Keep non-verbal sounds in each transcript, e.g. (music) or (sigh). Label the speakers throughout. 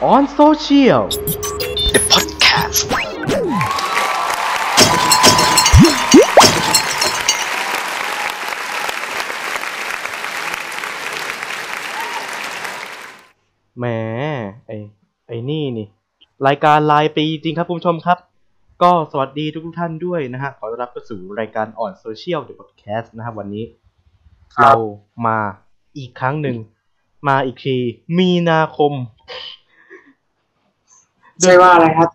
Speaker 1: on social
Speaker 2: The Podcast
Speaker 1: แหมไอ้ไอ้นี่นี่ รายการรายปีจริงครับคุณผู้ชมครับ ก็สวัสดีทุกๆท่านด้วยนะฮะ ขอต้อนรับเข้าสู่รายการออนโซเชียลเดอะพอดแคสต์นะครับวันนี้
Speaker 2: ครับ
Speaker 1: เรามาอีกครั้งหนึ่ง มาอีกที มีนาคม
Speaker 2: ใช่ว่าอะไรครับ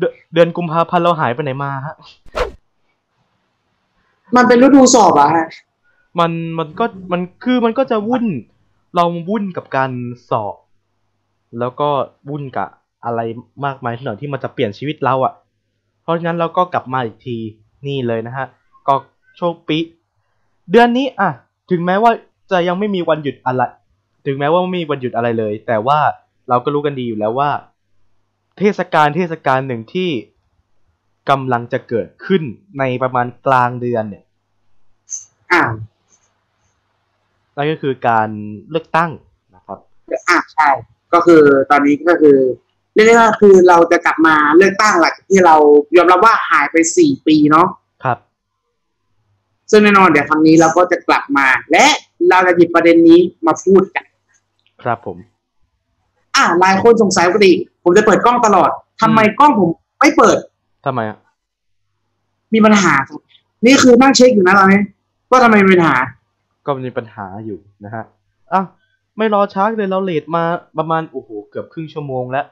Speaker 1: เดือนเดือนกุมภาพันธ์เราหายไปไหนมาฮะ
Speaker 2: มันเป็นฤดูสอบอะฮะ
Speaker 1: มันมันก็มันคือมันก็จะวุ่น เราวุ่นกับการสอบ แล้วก็วุ่นกับอะไรมากมายหน่อยที่มันจะเปลี่ยนชีวิตเราอะ่ะ เพราะฉะนั้นเราก็กลับมาอีกทีนี่เลยนะฮะ ก็โชคปีเดือนนี้อ่ะ ถึงแม้ว่าจะยังไม่มีวันหยุดอะไร ถึงแม้ว่าไม่มีวันหยุดอะไรเลย แต่ว่าเราก็รู้กันดีอยู่แล้วว่า เทศกาลเทศกาลหนึ่งที่กำลังจะเกิดขึ้นในประมาณกลางเดือนเนี่ย
Speaker 2: อ่า
Speaker 1: นั่นก็คือการเลือกตั้งนะครับ
Speaker 2: อ่าใช่ ก็คือตอนนี้ก็คือ เรียกได้ว่าคือเราจะกลับมาเลือกตั้งหลักที่เรายอมรับว่าหายไปสี่ปีเนาะ
Speaker 1: ครับ
Speaker 2: ซึ่งแน่นอนเดี๋ยวครั้งนี้เราก็จะกลับมา และเราจะหยิบประเด็นนี้มาพูดกัน
Speaker 1: ครับผม
Speaker 2: อ่าหลายคนสงสัยปกติ ผมจะเปิดกล้องตลอดทำไมกล้องผมไม่เปิด
Speaker 1: ทำไมอ่ะ
Speaker 2: มีปัญหาครับนี่คือนั่งเช็คอยู่นะตอนนี้ว่าทำไมมีปัญหา
Speaker 1: ก็มีปัญหาอยู่นะฮะอ่ะไม่รอช้าเลยเราเลทมาประมาณ โอ้โห เกือบครึ่งชั่วโมงแล้ว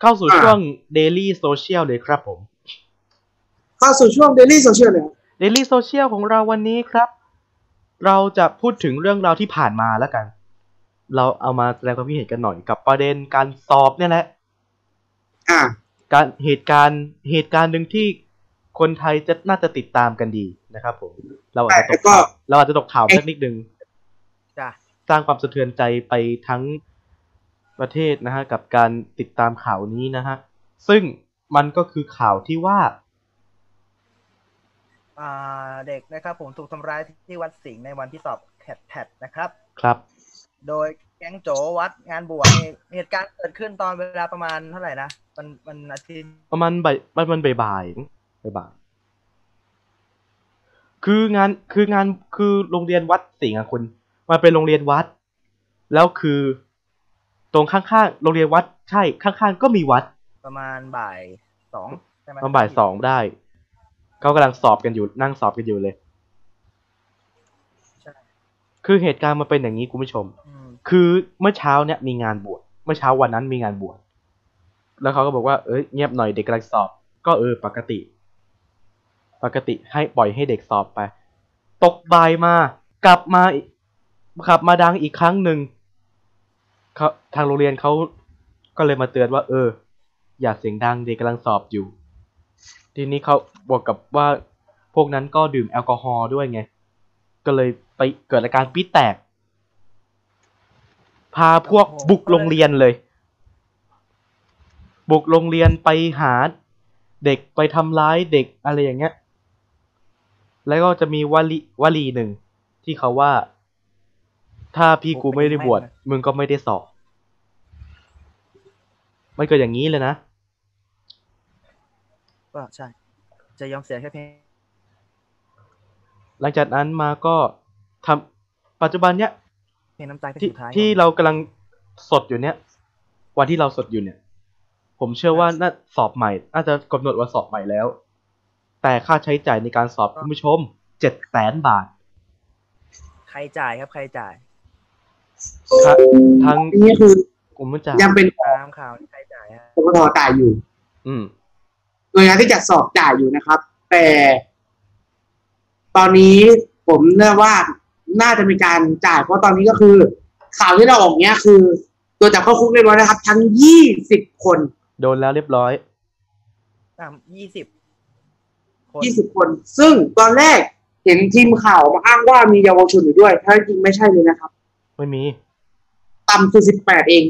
Speaker 1: เข้าสู่
Speaker 2: อ่า
Speaker 1: ช่วง Daily Social เลยครับผม
Speaker 2: เข้าสู่ช่วง Daily Social เลยครับ
Speaker 1: Daily Social ของเราวันนี้ครับ เราจะพูดถึงเรื่องราวที่ผ่านมาแล้วกัน เราเอามาแสดงความคิดเห็นกันหน่อยกับประเด็นการสอบเนี่ยแหละ
Speaker 2: อ่า
Speaker 1: การเหตุการณ์เหตุการณ์หนึ่งที่คนไทยจะน่าจะติดตามกันดีนะครับผม เราอาจจะต
Speaker 2: แต่
Speaker 1: ก
Speaker 2: ก็
Speaker 1: ข่าวเราอาจจะตกข่าวสักนิดนึง
Speaker 3: จ้ะ
Speaker 1: สร้างความสะเทือนใจไปทั้งประเทศนะฮะกับการติดตามข่าวนี้นะฮะซึ่งมันก็คือข่าวที่ว่า
Speaker 3: อ่าเด็กนะครับผมถูกทำร้ายที่วัดสิงห์ในวันที่สอบแพทแพทนะครับ
Speaker 1: ครับ
Speaker 3: โดยแก๊งโจวัดงานบวชนี่เหตุการณ์เกิดขึ้นตอนเวลาประมาณเท่าไหร่นะมันมันอาทิตย์
Speaker 1: ประมาณบ่ายประมาณบ่ายๆบ่ายๆคืองานคืองานคือโรงเรียนวัดสิงห์อะคุณมันเป็นโรงเรียนวัด แล้วคือตรงข้างๆโรงเรียนวัดใช่ข้างๆก็มีวัด
Speaker 3: ประมาณบ่ายสองใช่ไหม
Speaker 1: ตอนบ่ายสองได้ เขากำลังสอบกันอยู่นั่งสอบกันอยู่เลย
Speaker 3: ใช่
Speaker 1: คือเหตุการณ์มันเป็นอย่างนี้คุณผู้ชม
Speaker 3: อืม
Speaker 1: คือเมื่อเช้าเนี่ยมีงานบวชเมื่อเช้าวันนั้นมีงานบวชแล้วเขาก็บอกว่าเอ้ยเงียบหน่อยเด็กกำลังสอบ ก็เออปกติ ปกติให้ปล่อยให้เด็กสอบไป ตกบ่ายมากลับมาอีกกลับมาดังอีกครั้งหนึ่งเขาทางโรงเรียนเขาก็เลยมาเตือนว่า เออ อย่าเสียงดังเด็กกำลังสอบอยู่ ทีนี้เขาบวกกับว่าพวกนั้นก็ดื่มแอลกอฮอล์ด้วยไง ก็เลยไปเกิดอาการปี๊ดแตก พาพวกบุกโรงเรียนเลย บุกโรงเรียนไปหาเด็กไปทำร้ายเด็กอะไรอย่างเงี้ย แล้วก็จะมีวลีวลีหนึ่งที่เขาว่า ถ้าพี่กูไม่ได้บวชมึงก็ไม่ได้สอบมันเกิดอย่างนี้เลยนะ
Speaker 3: ก็ใช่ จะยอมเสียแค่เพียง
Speaker 1: หลังจากนั้นมาก็ทำปัจจุบันเนี้ย
Speaker 3: เพียงน้ำตาแค่
Speaker 1: ที่
Speaker 3: สุดท้าย
Speaker 1: ที่เรากำลังสดอยู่เนี้ยวันที่เราสดอยู่เนี่ย ผมเชื่อว่าน่าสอบใหม่น่าจะกำหนดวันสอบใหม่แล้ว แต่ค่าใช้จ่ายในการสอบคุณผู้ชมเจ็ดแสนบาท
Speaker 3: ใครจ่ายครับใครจ่าย
Speaker 1: ครับทาง
Speaker 2: อันนี้คือ
Speaker 1: ผมมันจะ
Speaker 2: ยังเป็น
Speaker 3: ตามข่าวนี่ใครจ่ายฮะ
Speaker 2: ปปทจ่ายอยู่
Speaker 1: อืม
Speaker 2: หน่วยงานที่จัดสอบจ่ายอยู่นะครับ แต่ ตอนนี้ผมเน่าว่าน่าจะมีการจ่ายเพราะตอนนี้ก็คือ ข่าวที่เราออกเนี้ยคือ ตัวจับเข้าคุกเรียบร้อยนะครับ ทั้งยี่สิบคน
Speaker 1: โดนแล้วเรียบร้อย
Speaker 3: ตามยี่สิบคน
Speaker 2: ยี่สิบคน ซึ่งตอนแรกเห็นทีมข่าวมาอ้างว่ามีเยาวชนอยู่ด้วยถ้าจริงไม่ใช่เลยนะครับ
Speaker 1: ไม่มี
Speaker 2: ต่ำคือสิบแปดเอง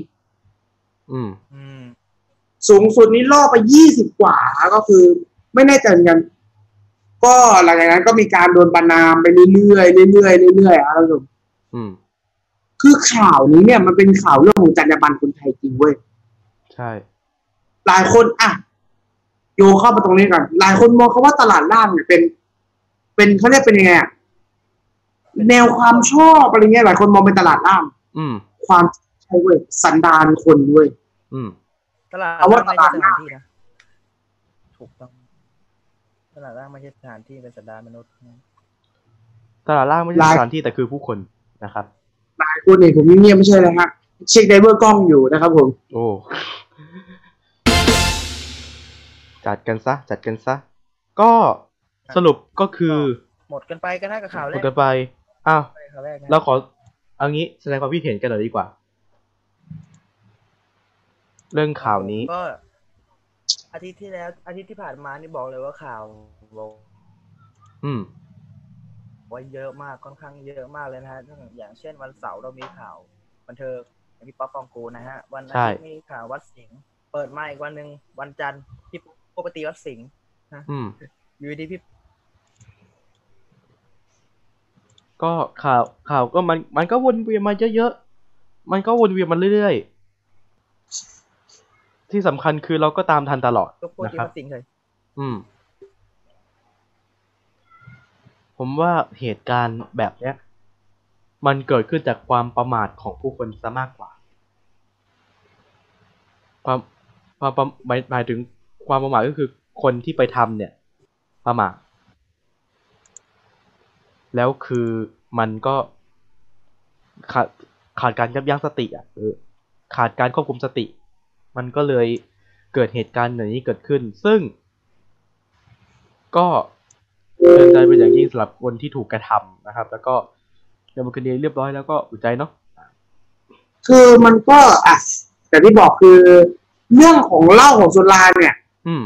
Speaker 1: อืม
Speaker 3: อืม
Speaker 2: สูงสุดนี่ล่อไปยี่สิบกว่าก็คือไม่แน่ใจเหมือนกัน ก็หลังจากนั้นก็มีการโดนประนามไปเรื่อยๆเรื่อยๆเรื่อยๆอ่ะครับผม
Speaker 1: อืม
Speaker 2: คือข่าวนี้เนี่ยมันเป็นข่าวเรื่องของจรรยาบรรณคนไทยจริงเว้ย
Speaker 1: ใช่ ใช่
Speaker 2: หลายคนอ่ะโยงเข้ามาตรงนี้ก่อนหลายคนมองเขาว่าตลาดล่างเนี่ยเป็น เป็นเขาเรียกเป็นยังไงอะแนวความชอบอะไรเงี้ยหลายคนมองเป็นตลาดล่าง
Speaker 1: อืม
Speaker 2: ความใช่เว้ยสันดานคนเว้ย
Speaker 1: อืม
Speaker 3: ตลาด
Speaker 2: เอาว่า
Speaker 3: ล่างไม่ใช่
Speaker 2: ต
Speaker 3: ส
Speaker 2: ลา
Speaker 3: ถา
Speaker 2: ด
Speaker 3: นที่นะถูกต้องตลาดล่างไม่ใช่สถานที่เป็นสันดานมนุษย์
Speaker 1: ตลาดล่างไม่ใช่
Speaker 2: ร้าน
Speaker 1: สถานที่แต่คือผู้คนนะครับ
Speaker 2: หลายคนเนี่ยผมเงียบๆไม่ใช่เลยฮะเช็คไดเวอร์กล้องอยู่นะครับผม
Speaker 1: โอ้ จัดกันซะ จัดกันซะ ก็สรุปก็คือ
Speaker 3: หมดกันไปก็น่ากับข่าวแร
Speaker 1: หมด
Speaker 3: ก
Speaker 1: กันไป อ้าว
Speaker 3: ข่าวแรกนะ
Speaker 1: เราขอเอางี้แสดงความคิดเห็นกันหน่อยดีกว่า เรื่องข่าวนี้
Speaker 3: ก็อาทิตย์ที่แล้วอาทิตย์ที่ผ่านมานี่บอกเลยว่าข่าวบอก
Speaker 1: อืม
Speaker 3: ว่าเยอะมากค่อนข้างเยอะมากเลยนะฮะอย่างเช่นวันเสาร์เรามีข่าวบันเทิงอย่างพี่ป๊อปปองกูลนะฮะ วันอาทิตย์
Speaker 1: ใช่
Speaker 3: มีข่าววัดสิงห์เปิดมาอีกวันหนึ่งวันจันทร์ที่ปกติวัดสิงห์
Speaker 1: อืม
Speaker 3: อยู่ดีพี่
Speaker 1: ก็ข่าวข่าวก็มัน มันก็วนเวียนมาเยอะๆ มันก็วนเวียนมาเรื่อยๆ ที่สำคัญคือเราก็ตามทันตลอด
Speaker 3: ก็ปก
Speaker 1: นะ
Speaker 3: ติ
Speaker 1: ครับ
Speaker 3: วัดสิงห์เลย
Speaker 1: อืม ผมว่าเหตุการณ์แบบเนี้ย มันเกิดขึ้นจากความประมาทของผู้คนซะมากกว่า ความความประหมายหมายถึงความประมาทก็คือคนที่ไปทำเนี่ย ประมาทแล้วคือมันก็ ขาดขาดการยับยั้งสติอ่ะเออขาดการควบคุมสติ มันก็เลยเกิดเหตุการณ์อย่างนี้เกิดขึ้น ซึ่ง ก็เตือนใจเป็นอย่างยิ่งสำหรับคนที่ถูกกระทำนะครับ แล้วก็ดำเนินคดีเรียบร้อยแล้วก็อุ่นใจเนาะ
Speaker 2: คือมันก็อ่ะแต่ที่บอกคือ เรื่องของเหล้าของสุราเนี่ย
Speaker 1: อืม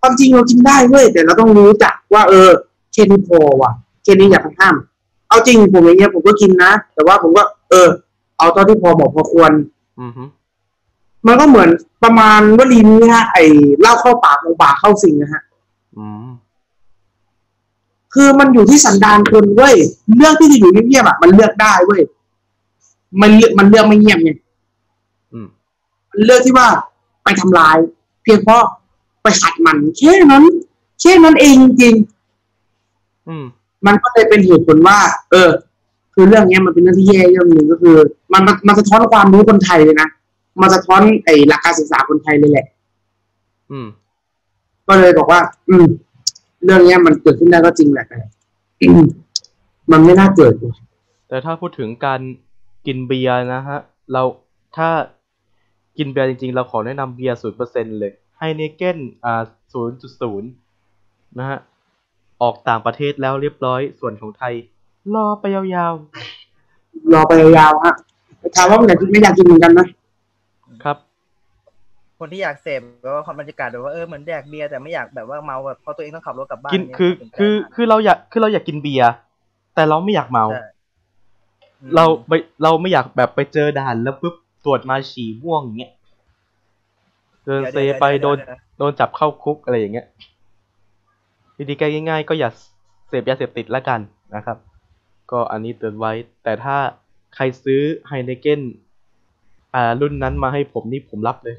Speaker 2: ความจริงเรากินได้เว้ยแต่เราต้องรู้จักว่า เออแค่นี้พอว่ะแค่นี้อย่าไปห้าม เอาจริงผมอย่างเงี้ยผมก็กินนะ แต่ว่าผมก็เออ เอาเท่าที่พอเหมาะพอควร
Speaker 1: อืมฮึ
Speaker 2: มันก็เหมือนประมาณวลีนี้ฮะไอ้เหล้าเข้าปากของปากเข้าสิงนะฮะ
Speaker 1: อืม
Speaker 2: คือมันอยู่ที่สันดานคนเว้ยเรื่องที่จะอยู่เงียบๆอ่ะมันเลือกได้เว้ยมันเลือกมันเลือกไม่เงียบไง
Speaker 1: อืม
Speaker 2: มันเลือกที่ว่าไปทำลาย เพียงเพราะไปขัดมันแค่นั้นแค่นั้นเองจริง
Speaker 1: อืม
Speaker 2: ๆมันก็เลยเป็นเหตุผลว่า เออ คือเรื่องเนี้ยมันเป็นเรื่องที่แย่เรื่องหนึ่งก็คือ มันมันมันสะท้อนความรู้คนไทยเลยนะมันสะท้อนไอ้หลักการศึกษาคนไทยเลยแหละ
Speaker 1: อืม
Speaker 2: ก็เลยบอกว่า อืม เรื่องเนี้ยมันเกิดขึ้นได้ก็จริงแหละ (coughs) แต่อืมมันไม่น่าเกิดเลย
Speaker 1: แต่ถ้าพูดถึงการกินเบียร์นะฮะ เราถ้ากินเบียร์จริงๆ เราขอแนะนำเบียร์ศูนเปอร์เซ็นเลยไฮเนเก้นอ่าศูนย์จุดศูนย์นะฮะ ออกต่างประเทศแล้วเรียบร้อยส่วนของไทย รอไปยาว
Speaker 2: รอไปยาวๆฮะถามว่ามันไหนที่ไม่อยากกินเหมือนกันนะ (laughs)
Speaker 1: ๆ ครับ
Speaker 3: คนที่อยากเสพแบบว่าความบรรยากาศแบบว่าเออเหมือนแดกเบียร์แต่ไม่อยากแบบว่าเมาแบบเพราะตัวเองต้องขับรถกลับบ้าน
Speaker 1: กิน
Speaker 3: เนี่ย
Speaker 1: คือ
Speaker 3: ถึงได้
Speaker 1: คือคือเราอยากคือเราอยากกินเบียร์แต่เราไม่อยากเมา
Speaker 3: ใช่อืม
Speaker 1: เราไปเราไม่อยากแบบไปเจอด่านแล้วปุ๊บตรวจมาฉี่ม่วงอย่างเงี้ยเดิน
Speaker 3: ดี๋ยว
Speaker 1: เซไป
Speaker 3: เยว
Speaker 1: โดน
Speaker 3: เยวเยว
Speaker 1: โดนจับเข้าคุกอะไรอย่างเงี้ยวิธีแก้ง่ายๆ ก็อย่าเสพยาเสพติดละกันนะครับ ก็อันนี้เตือนไว้ แต่ถ้าใครซื้อไฮเนเก้นอ่ารุ่นนั้นมาให้ผมนี่ผมรับเลย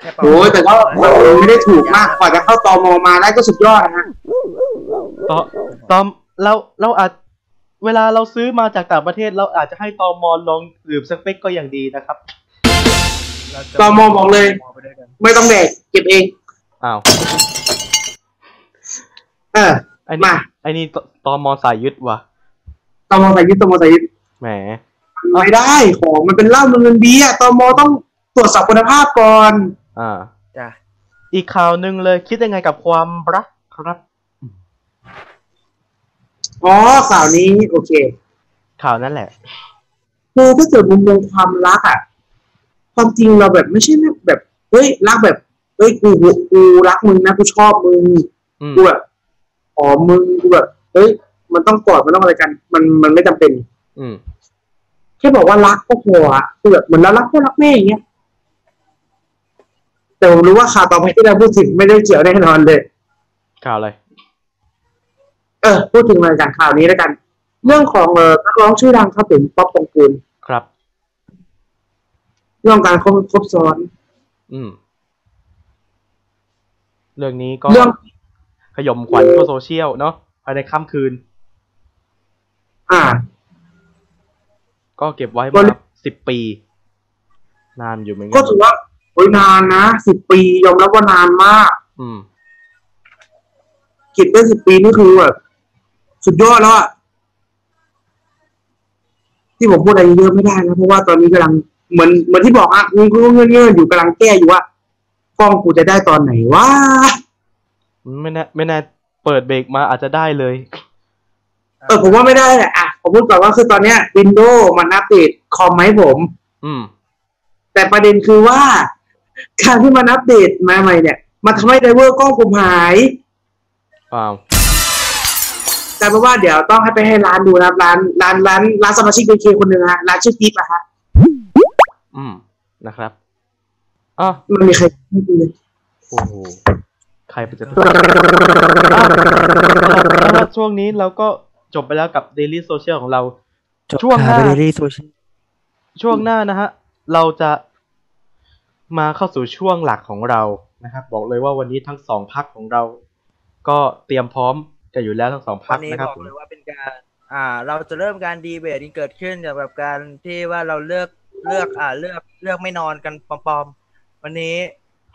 Speaker 3: แค่เป่า
Speaker 2: โอ้ยแต่ก็ไม่ได้ถูกมากกว่าจะเข้าตอมอมาได้ก็สุดยอดนะฮะ
Speaker 1: ตอตอมเราเราอาจเวลาเราซื้อมาจากต่างประเทศ เราอาจจะให้ตอมอลองดื่มสักเป๊กก็ยังดีนะครับ
Speaker 3: เราจะ
Speaker 2: ตอมอบอกเลย
Speaker 3: มองไปด้วยกัน
Speaker 2: ไม่ต้องแดกเก็บเอง
Speaker 1: อ้าว
Speaker 2: เออ
Speaker 1: ไอ้นี่
Speaker 2: มา
Speaker 1: ไอ้นี่ตตอมอสายยึดว่ะ
Speaker 2: ตอมอใส่ยึดตอมอใส่ยึด
Speaker 1: แหม
Speaker 2: ไม่ได้ของมันเป็นเหล้ามันเป็นเบียร์ตอมอต้องตรวจสอบคุณภาพก่อน
Speaker 1: อ่า
Speaker 3: จ้ะ
Speaker 1: อีกข่าวหนึ่งเลยคิดยังไงกับความรักครับ
Speaker 2: อ๋อข่าวนี้ โอเค
Speaker 1: ข่าวนั่นแหละ
Speaker 2: คือถ้าเกิดมุมมองความรักอะความจริงเราแบบไม่ใช่แบบเฮ้ยรักแบบเฮ้ยกูกูรักมึงนะกูชอบมึง
Speaker 1: อืม
Speaker 2: กูแบบหอมมึงกูแบบเฮ้ย มันต้องกอดมันต้องอะไรกัน มันมันไม่จำเป็น
Speaker 1: อืม
Speaker 2: แค่บอกว่ารักก็พออะคือแบบเหมือนเรารักพ่อรักแม่อย่างเงี้ยแต่ผมรู้ว่าข่าวต่อไปที่เราพูดถึงไม่ได้เกี่ยวแน่นอนเลย
Speaker 1: ข่าวอะไร
Speaker 2: เออ พูดถึงรายการข่าวนี้แล้วกัน เรื่องของเออนักร้องชื่อดังครับผมป๊อปปองกูล
Speaker 1: ครับ
Speaker 2: เรื่องการครบครบซ้อน
Speaker 1: อืม เรื่องนี้ก็
Speaker 2: เรื่อง
Speaker 1: ขยมขวัญทั่วโซเชียลเนาะภายในค่ำคืน
Speaker 2: อ่า
Speaker 1: ก็เก็บไว้
Speaker 2: ก็
Speaker 1: มา
Speaker 2: เรื่อง
Speaker 1: สิบปี นานอยู่เหมือนกั
Speaker 2: ก็
Speaker 1: น
Speaker 2: ถือว่าโอ้ยนานนะสิบปียอมรับว่านานมาก
Speaker 1: อืม
Speaker 2: เก็บได้สิบปีนี่คือแบบสุดยอดแล้วอะที่ผมพูดอะไรเยอะไม่ได้นะเพราะว่าตอนนี้กำลังเหมือนเหมือนที่บอกอ่ะกูก็เงื่อนเงื่อนๆอยู่กำลังแก้อยู่ว่าฟ้องกูจะได้ตอนไหนวะ
Speaker 1: ไม่แน่ไม่แน่เปิดเบรกมาอาจจะได้เลย
Speaker 2: เออผมว่าไม่ได้แหละอ่ะผมพูดก่อนว่าคือตอนเนี้ยวินโดวมันอัปเดตคอมไหมาให้ผม
Speaker 1: อืม
Speaker 2: แต่ประเด็นคือว่า การที่มันอัปเดตมาใหม่เนี่ย มันทำให้ไดรเวอร์กล้องผมหาย
Speaker 1: อ้าว
Speaker 2: แต่เพราะว่าเดี๋ยวต้องให้ไปให้ร้านดูนะครับ ร้านร้านร้านร้านสมาชิกเ k คนหนึ่งฮะร้านชื่อกิ๊บอะฮะ
Speaker 1: อืม นะครับอ่ะ
Speaker 2: มันมีใครไม่ดูเลย
Speaker 1: โอ้โห (laughs) ใครไปจะอ่ะสำหรับช่วงนี้เราก็จบไปแล้วกับ Daily Social ของเรา ช่วงหน้า
Speaker 3: เดลี่โซเชียล
Speaker 1: ช่วงหน้านะฮะ เราจะมาเข้าสู่ช่วงหลักของเรานะครับ บอกเลยว่าวันนี้ทั้งสองพักของเรา ก็เตรียมพร้อมกันอยู่แล้วทั้งสองพั
Speaker 3: วั
Speaker 1: ก
Speaker 3: นนี้
Speaker 1: นะครับ
Speaker 3: บอกเลยว่าเป็นการ อ่า เราจะเริ่มการดีเบตที่เกิดขึ้นจากแบบการที่ว่าเราเลือกเลือกอ่าเลือกเลือกไม่นอนกันปลอมๆวันนี้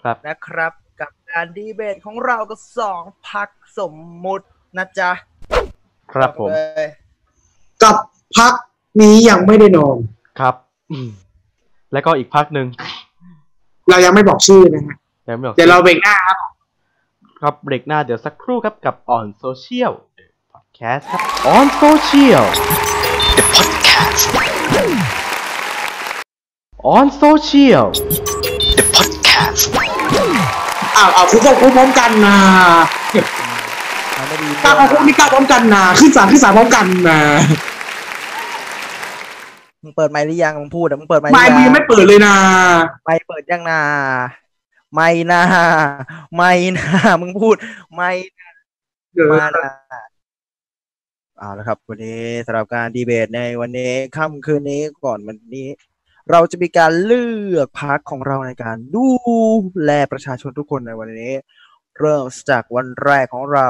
Speaker 1: ครับ
Speaker 3: นะครับกับการดีเบตของเราก็สองพักสมมุตินะจ๊ะ
Speaker 1: ครับผม
Speaker 3: เลย
Speaker 2: กับพักนี้ยังไม่ได้นอน
Speaker 1: ครับอืมแล้วก็อีกพักหนึ่ง
Speaker 2: เรายังไม่บอกชื่อนะฮะ
Speaker 1: ยังไม่บอก
Speaker 2: เดี๋ยวเราเบรกหน้าครับ
Speaker 1: ครับเบรกหน้าเดี๋ยวสักครู่ครับกับ On Social Podcast ครับ On Social The Podcast On Social
Speaker 2: อ้าวเอาคุกเข้าคุกพร้อมกันนะ
Speaker 3: มันไม่ดี
Speaker 2: กล้าเข้าคุกนี่กล้าพร้อมกันนะขึ้นศาลขึ้นศาลพร้อมกันนะ
Speaker 3: มึงเปิดไมค์หรือยังมึงพูดอะมึงเปิดไมค์ห
Speaker 2: ไม่
Speaker 3: รือ
Speaker 2: มี
Speaker 3: ยัง
Speaker 2: ไม่เปิดเลยนะ
Speaker 3: ไมค์เปิดยังนาไม่นาไม่นามึงพูดไม่นะ
Speaker 2: เดี๋ยว
Speaker 3: มานะเอาละครับ วันนี้สำหรับการดีเบตในวันนี้ค่ำคืนนี้ก่อนวันนี้ เราจะมีการเลือกพักของเราในการดูแลประชาชนทุกคนในวันนี้ เริ่มจากวันแรกของเรา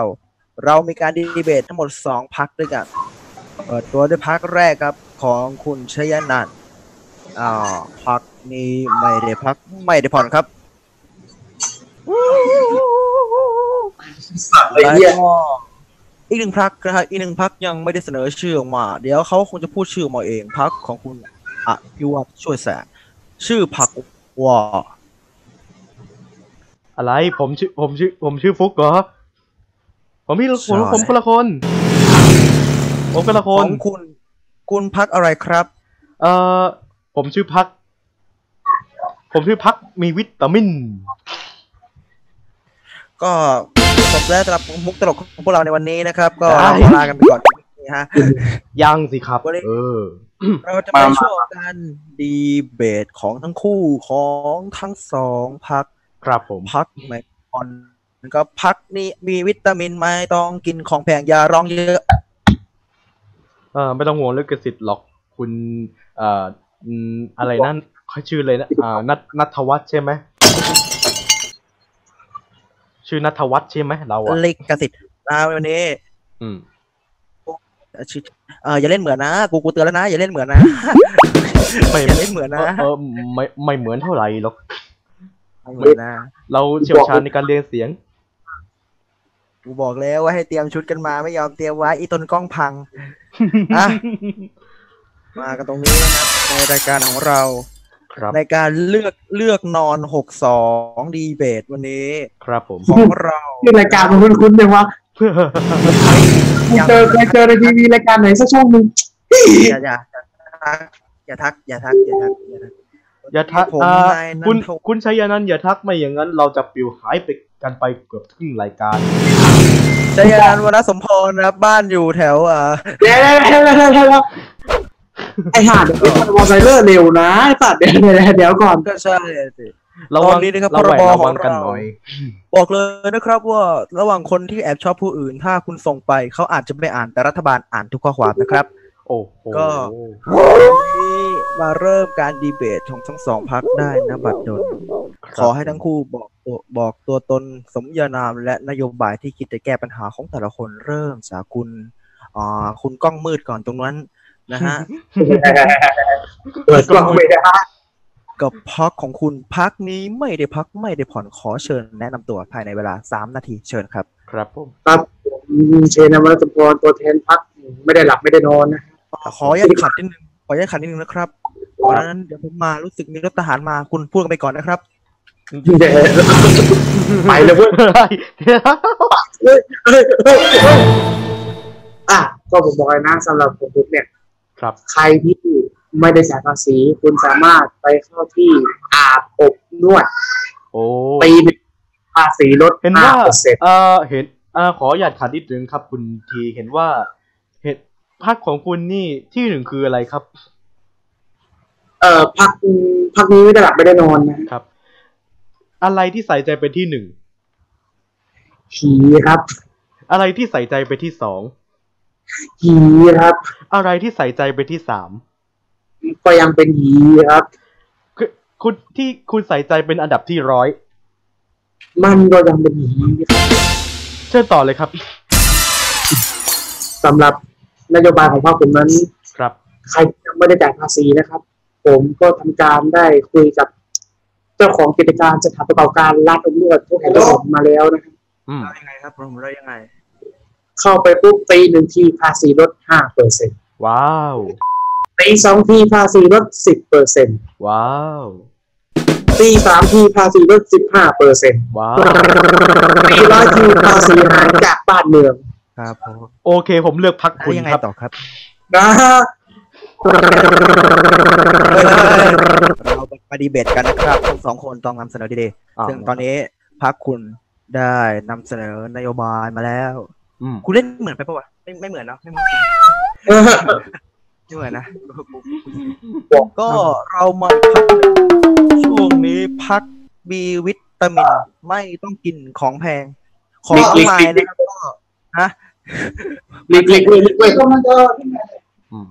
Speaker 3: เรามีการดีเบตทั้งหมด 2 พักด้วยกัน เปิดตัวด้วยพักแรกครับของคุณชยนันท์อ่าวพักนี้ไม่ได้พักไม่ได้ผ่อนครับ
Speaker 2: ไอ้เหี้ย
Speaker 3: แล้วก็อีกหนึ่งพักนะครับอีกหนึ่งพักยังไม่ได้เสนอชื่อออกมา เดี๋ยวเขาคงจะพูดชื่อออกมาเองพักของคุณอภิวัตช่วยแสงชื่อพักว่า
Speaker 1: อะไรผมชื่อผมชื่อผมชื่อฟุกเหรอ ผมพี่ผม
Speaker 3: ใช่
Speaker 1: ผมคนละคน ผมคนละค
Speaker 3: ข
Speaker 1: น
Speaker 3: องคุณ คุณพักอะไรครับ
Speaker 1: เอ่อ ผมชื่อพัก ผมชื่อพักมีวิตามิน
Speaker 3: ก็จบแล้วสำหรับมุกตลกของพวกเราในวันนี้นะครับ ก็
Speaker 1: ได้
Speaker 3: เราขอลากันไปก่อนนี่ฮะ
Speaker 1: ยังสิครับ
Speaker 3: วันนี้
Speaker 1: เออ
Speaker 3: เราจะไปช่วงการดีเบตของทั้งคู่ของทั้งสองพัก
Speaker 1: ครับผม
Speaker 3: พักไหมก่อนก็พักนี้มีวิตามินไหมต้องกินของแพงอย่าร้องเยอะ
Speaker 1: เออไม่ต้องห่วงเรื่องกสิทธิ์หรอกคุณเอ่ออืมอะไรนั่นเขาชื่อเลยนะอ่านัทนัทวัฒน์ใช่ไหมชื่อนัทวัฒน์ใช่ไหมเราอะ
Speaker 3: ลิขสิทธิ์นะวันนี้
Speaker 1: อืม
Speaker 3: เอ่อชื่อเอออย่าเล่นเหมือนนะกูกูเตือนแล้วนะอย่าเล่นเหมือนนะ
Speaker 1: ไม่
Speaker 3: อย่าเล่นเหมือน
Speaker 1: เอ
Speaker 3: นะ
Speaker 1: อเออไม่ไม่เหมือนเท่าไหร่หรอก
Speaker 3: ไม่เหมือนนะ
Speaker 1: เราเชี่ยวชาญในการเรียนเสียง
Speaker 3: กูบอกแล้วว่าให้เตรียมชุดกันมาไม่ยอมเตรียมไว้อีต้นกล้องพัง อ่ะ มากันตรงนี้นะครับในรายการของเรา
Speaker 1: ครับ
Speaker 3: ในการเลือกเลือกนอน 62 ดีเบตวันนี้
Speaker 1: ครับผม
Speaker 3: ของเรา
Speaker 2: ชื่อรายการมันคุ้นๆเลยวะกูเจอเคยเจอในทีวีรายการไหนสักช่องหนึ่ง
Speaker 3: อย่าอย่าอย่าทัก อย่าทัก อย่าทัก อย่าทัก
Speaker 1: อย่าทัก
Speaker 3: ผม
Speaker 1: อ่าน
Speaker 3: ายนั
Speaker 1: คุณ
Speaker 3: นท
Speaker 1: คุณชัยนันท์อย่าทักไม่อย่างนั้น เราจะปลิวหายไปกันไปเกือบครึ่งรายการ
Speaker 3: ชัยนันท์วรสมพรนะครับ บ้านอยู่แถวอ่า
Speaker 2: เดี๋ยวเดี๋ยวเดี๋ยวเดี๋ยวเดี๋ยวไอ้ห่าเดี๋ยวมันวอลไซเลอร์เร็วนะไอ้สัตว์เดี๋ยวเดี๋ยวเดี๋ยวก่อน
Speaker 3: ก็ใช่สิ
Speaker 1: เราวั
Speaker 3: ตอง นนี้นะครับ
Speaker 1: เราแหว
Speaker 3: พร
Speaker 1: น
Speaker 3: บ
Speaker 1: ระวัง
Speaker 3: ของ
Speaker 1: กัน
Speaker 3: เรา
Speaker 1: หน่อย
Speaker 3: บอกเลยนะครับว่าระหว่างคนที่แอบชอบผู้อื่น ถ้าคุณส่งไปเขาอาจจะไม่อ่านแต่รัฐบาลอ่านทุกข้อความนะครับ
Speaker 1: โอ้โห
Speaker 3: ก็ นี่ มาเริ่มการดีเบตของทั้งสองพักได้นะบัดดลขอให้ทั้งคู่บอกตัวบอกตัวตนสมญานามและนโยบายที่คิดจะแก้ปัญหาของแต่ละคนเริ่มจากคุณอ่าคุณกล้องมืดก่อนตรงนั้นนะฮะ
Speaker 2: เปิดกล้องไม่ได้
Speaker 3: กับพักของคุณพักนี้ไม่ได้พักไม่ได้ผ่อนขอเชิญแนะนำตัวภายในเวลาสามนาทีเชิญครับ
Speaker 1: ครับผม
Speaker 2: ครับผมเชนนวัตพรตัวแทนพักไม่ได้หลับไม่ได้นอนนะ
Speaker 3: ขออนุญาตขัดนิดนึงขออนุญาตขัดนิดนึงนะครับก่อนหน้านั้นเดี๋ยวผมมารู้สึกมีรถทหารมาคุณพูดกันไปก่อนนะครับ
Speaker 2: ไปเลยเว้ย
Speaker 1: เดี๋ยว
Speaker 2: อ่ะก็ผมบอกเลยนะสำหรับผมเนี่ย
Speaker 1: ครับ
Speaker 2: ใครที่ไม่ได้จ่ายภาษีคุณสามารถไปเข้าที่อาบอบนวด
Speaker 1: โอ้
Speaker 2: ปีหนึ่งภาษีลด
Speaker 1: เห็นว่า
Speaker 2: ห้าเปอร์เซ็นต์
Speaker 1: เออเห็นเออขอหยาดขัดนิดนึงครับคุณทีเห็นว่าเห็นพักของคุณนี่ที่หนึ่งคืออะไรครับ
Speaker 2: เอ่อพักพักนี้ไม่ได้หลับไม่ได้นอนนะครับ
Speaker 1: อะไรที่ใส่ใจเป็นที่หนึ่ง
Speaker 2: ผีครับ
Speaker 1: อะไรที่ใส่ใจเป็นที่สอง
Speaker 2: ผีครับ
Speaker 1: อะไรที่ใส่ใจเป็นที่สาม
Speaker 2: ก็ยังเป็นผีครับ
Speaker 1: คือคุณที่คุณใส่ใจเป็นอันดับที่ร้อย
Speaker 2: มันก็ยังเป็นผีครับ
Speaker 1: เชิญต่อเลยครับ
Speaker 2: สำหรับนโยบายของพรรคผมนั้น
Speaker 1: ครับ
Speaker 2: ใครที่ยังไม่ได้จ่ายภาษีนะครับ ผมก็ทำการได้คุยกับ เจ้าของกิจการสถานประกอบการรับเลือดทุกแห่งผมมาแล้วนะครับ
Speaker 1: อืม
Speaker 3: ยังไงครับผมเรายังไง
Speaker 2: เข้าไปปุ๊บตีหนึ่งทีภาษีลดห้าเปอร์เซ็นต์
Speaker 1: ว้าว
Speaker 2: ตีสองทีภาษีลดสิบเปอร์เซ็นต์
Speaker 1: ว้าว
Speaker 2: ตีสามทีภาษีลดสิบห้าเปอร์เซ็นต์
Speaker 1: ว้าว
Speaker 2: ตีร้อยทีภาษีหายจากบ้านเมือง
Speaker 3: ครับผม
Speaker 1: โอเค ผมเลือกพัก
Speaker 3: แล้
Speaker 1: คุ
Speaker 3: ว
Speaker 1: ณ
Speaker 3: ยังไง
Speaker 1: ครับ
Speaker 3: ต่อครับ
Speaker 2: นะฮะ (laughs)
Speaker 3: เรามาดีเบตกันนะครับทั้งสองคนต้องนำเสนอดีเดย์
Speaker 1: า
Speaker 3: ซึ่งตอนนี้พักคุณได้นำเสนอนโยบายมาแล้ว
Speaker 1: อืม
Speaker 3: คุณเล่นเหมือนไปปะวะไม่ไม่เหมือนเนาะไม่เหมือนไม่เหมือนนะ ก็เรามาพักช่วงนี้พักมีวิตามินไม่ต้องกินของแพง ของออนไลน์นะครับก็ฮะ
Speaker 2: หลีกหลีกเว้ยหลีกเว้ย
Speaker 1: อืม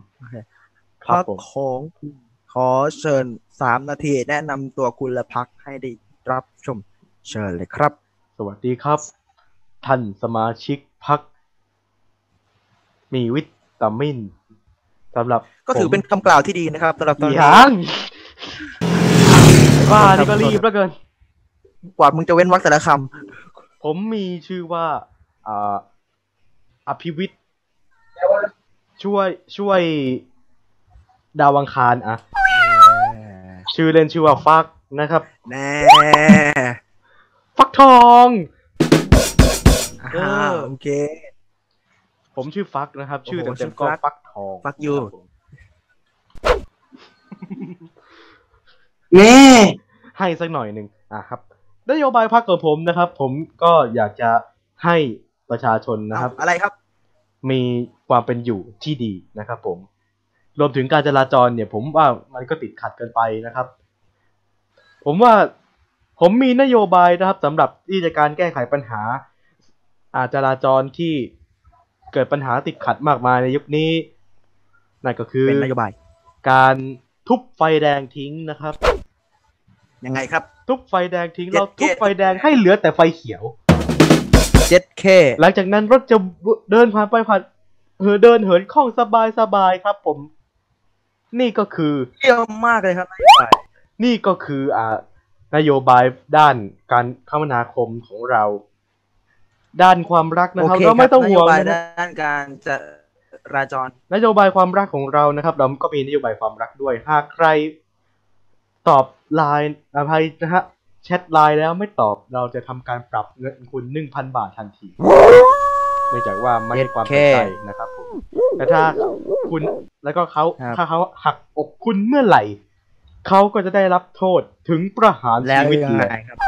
Speaker 1: ครั
Speaker 3: พั
Speaker 1: บ
Speaker 3: ก
Speaker 1: ผม
Speaker 3: ของคุณขอเชิญสามนาทีแนะนำตัวคุณและพักให้ได้รับชมเชิญเลยครับ
Speaker 1: สวัสดีครับ ท่านสมาชิกพัก มีวิตามินสำหรับ
Speaker 3: ก็ถือเป็น
Speaker 1: ผม
Speaker 3: คำกล่าวที่ดีนะครับสำหรับตอน
Speaker 1: อี
Speaker 3: นี้
Speaker 1: หางว่านี่ก็รีบเหลือเกิน
Speaker 3: กว่ามึงจะเว้นวรรคแต่ละค
Speaker 1: ผมมีชื่อว่าอ่าอภิวิทย์ช่วยช่วยดาวอังคารอะ
Speaker 3: ำ
Speaker 1: ชื่อเล่นชื่อว่าฟักนะครับ
Speaker 3: แน่
Speaker 1: ฟักทอง
Speaker 3: อ่าโอเค
Speaker 1: ผมชื่อฟักนะครับ ชื่อ
Speaker 3: โอ้โห
Speaker 1: เต็มๆ
Speaker 3: ชื่
Speaker 1: ก็
Speaker 3: อ
Speaker 1: ฟั
Speaker 3: ฟัก
Speaker 1: กทอง
Speaker 3: ฟักยู
Speaker 1: ครับผม
Speaker 2: แน่
Speaker 1: ให้สักหน่อยหนึ่งอ่ะครับนโยบายพรรคของผมนะครับ ผมก็อยากจะให้ประชาชนนะครับ
Speaker 3: เอาอะไรครับ
Speaker 1: มีความเป็นอยู่ที่ดีนะครับผม รวมถึงการจราจรเนี่ย ผมว่ามันก็ติดขัดกันไปนะครับ ผมว่าผมมีนโยบายนะครับสำหรับที่จะการแก้ไขปัญหา อาจราจรที่เกิดปัญหาติดขัดมากมายในยุคนี้นั่นก็คือ
Speaker 3: เป็นนโยบาย
Speaker 1: การทุบไฟแดงทิ้งนะครับ
Speaker 3: ยังไงครับ
Speaker 1: ทุบไฟแดงทิ้ง
Speaker 3: เจ็ด
Speaker 1: เราทุบ
Speaker 3: เจ็ด
Speaker 1: ไฟแดงให้เหลือแต่ไฟเขียว
Speaker 3: 7K
Speaker 1: หลังจากนั้นรถจะเดินผ่านไปผ่านเออเดินเหินคล่องสบายสบายครับผม นี่ก็คือ
Speaker 3: เยี่ยมมากเลยครับ
Speaker 1: นี่ก็คืออ่านโยบายด้านการคมนาคมของเรา ด้านความรักนะครับ เราไม่ต้องห่วง
Speaker 3: นโยบาย
Speaker 1: นะครับ
Speaker 3: ด้านการจราจร
Speaker 1: นโยบายความรักของเรานะครับ เราก็มีนโยบายความรักด้วยหากใคร ตอบไลน์อภัยนะฮะแชทไลน์แล้วไม่ตอบเราจะทำการปรับเงินคุณหนึ่งพันบาททันทีเนื่องจากว่าไม่ให้ความสนใจนะครับผมแต่ถ้าคุณแล้วก็เขาถ้าเขาหักอกคุณเมื่อไหร่ เขาก็จะได้รับโทษถึงประหารชีวิตเลย
Speaker 3: ครับ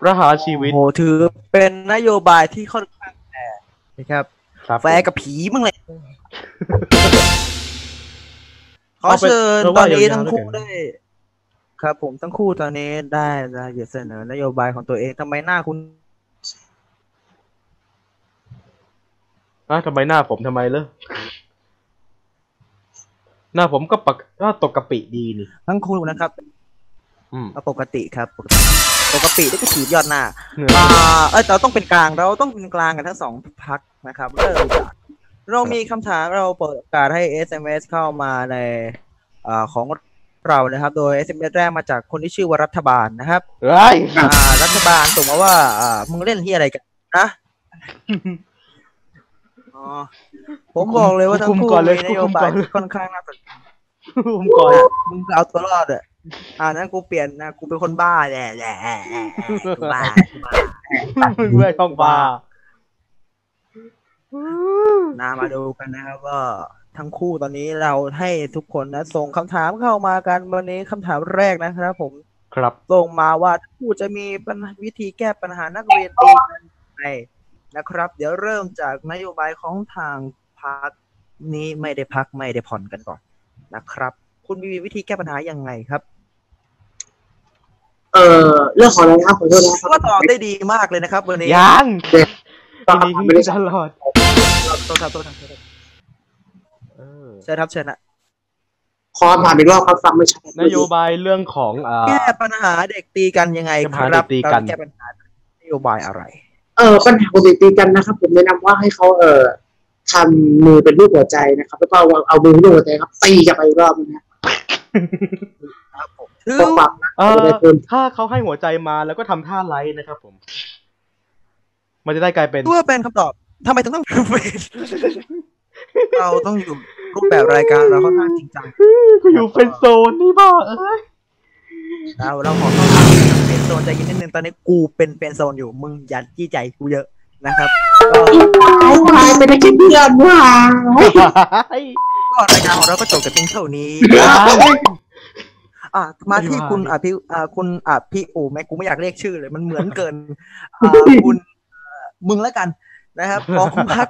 Speaker 1: ประหารชีวิต
Speaker 3: โอ้โหถือเป็นนโยบายที่ค่อนข้างแฟร์นะครับ
Speaker 1: ครับผม
Speaker 3: แฟร์กับผีมึงเลยขอ
Speaker 1: เอาไป
Speaker 3: เชิญ
Speaker 1: เอา
Speaker 3: ต
Speaker 1: ว่า
Speaker 3: อนนี้
Speaker 1: ยาวๆ
Speaker 3: ทั้งคู่
Speaker 1: แล้วกัน
Speaker 3: ได้ ครับ ผมทั้งคู่ตอนนี้ได้จะเสนอนโยบายของตัวเองทำไมหน้าคุณ
Speaker 1: อ่ะทำไมหน้าผมทำไมเลอะ หน้าผมก็ปกหน้าตกกะปิดีนี่
Speaker 3: ทั้งคู่นะครับ
Speaker 1: อืม
Speaker 3: เอาปกติครับปกติปกตินี่ก็ถือยอดหน้า
Speaker 1: เหนื่อย
Speaker 3: อ่าเอยแต่เราต้องเป็นกลางเราต้องเป็นกลางกันทั้งสองพักนะครับเริ่มจากเรามีคำถามเราเปิดโอกาสให้ SMS เข้ามาในอาของเรานะครับ โดย SMS แรกมาจากคนที่ชื่อว่ารัฐบาลนะครับ
Speaker 1: เฮ้ย
Speaker 3: อ่ารัฐบาลส่งมาว่าอ่ามึงเล่นที่อะไรกันนะอ๋อผมบอกเลยว่าทั้งคู่มีนโยบายที่ค่อนข้างน่าสนใจ
Speaker 1: ผมก่อน
Speaker 3: มึงเอาตัวรอดอ่ะอ่านั้นกูเปลี่ยนนะกูเป็นคนบ้าแหละแหละแหละแหละกูบ้ากูบ้า
Speaker 1: มึงเลยของบา
Speaker 3: นามาดูกันนะครับว่าทั้งคู่ตอนนี้เราให้ทุกคนนะ ส่งคำถามเข้ามากันวันนี้คำถามแรกนะครับ ผม
Speaker 1: ครับ
Speaker 3: ส่งมาว่าทั้งคู่จะมีปัญหาวิธีแก้ปัญหานักเรียนตีกันไหนนะครับ เดี๋ยวเริ่มจากนโยบายของทางพักนี้ไม่ได้พักไม่ได้ผ่อนกันก่อนนะครับ คุณมีวิธีแก้ปัญหายังไงครับ
Speaker 2: เออเรื่องของอะไรนะครับขอโทษนะค
Speaker 3: ก็
Speaker 2: รับ
Speaker 3: ตอบได้ดีมากเลยนะครับวันนี้
Speaker 1: ยัง
Speaker 2: ตอ
Speaker 1: ที
Speaker 2: น
Speaker 1: นี้
Speaker 2: ไม่ได้
Speaker 1: ตลอด
Speaker 3: โทษครับโทษครับโทษครับ
Speaker 1: เออ
Speaker 3: เชิญครับเชิญนะ
Speaker 2: ขอถามอีกรอบครับฟังไม่ชัด
Speaker 1: นโยบายเรื่องของอ่า
Speaker 3: แก้ปัญหาเด็กตีกันยังไงค
Speaker 1: ปัญหาเด็
Speaker 3: รับ
Speaker 1: กตีกัน
Speaker 3: เราแก้ปัญหานโยบายอะไร
Speaker 2: เออปัญหาปกติกันนะครับ ผมแนะนำว่าให้เขาเออทำมือเป็นรูปหัวใจนะครับ แล้วก็เอาเอามือเป็นรูปหัวใจครับตีกลับไปอีกรอบนึงนะ
Speaker 3: ถือ
Speaker 2: เพื่อความรัก
Speaker 1: เออ
Speaker 2: จะได้เพิ่ม
Speaker 1: ถ้าเขาให้หัวใจมาแล้วก็ทำท่าไลค์นะครับผม มันจะได้กลายเป็น
Speaker 3: ว่าเป็นคำตอบทำไมถึง
Speaker 2: (laughs)
Speaker 3: ต้องรูปแบบ เราต้องอยู่รูปแบบรายการเราค่อนข้างจริงจัง
Speaker 1: กูอยู่เป็นโซนนี่บ้าเอ้ย
Speaker 3: เราเราขอเข้าทางเป็นโซนใจเย็นนิดนึงตอนนี้กูเป็นเป็นโซนอยู่มึงอย่าจี้ใจกูเยอะนะครับก็
Speaker 2: เอาวายไปได้แค่เดือนว่า
Speaker 3: ก็รายการของเราก็จบกันเพียงเท่านี้ อ่ะมาที่คุณอภิอ่าคุณอภิโอแม่กูไม่อยากเรียกชื่อเลยมันเหมือนเกินอ่าคุณเอ่อมึงแล้วกันนะครับของคุณพัก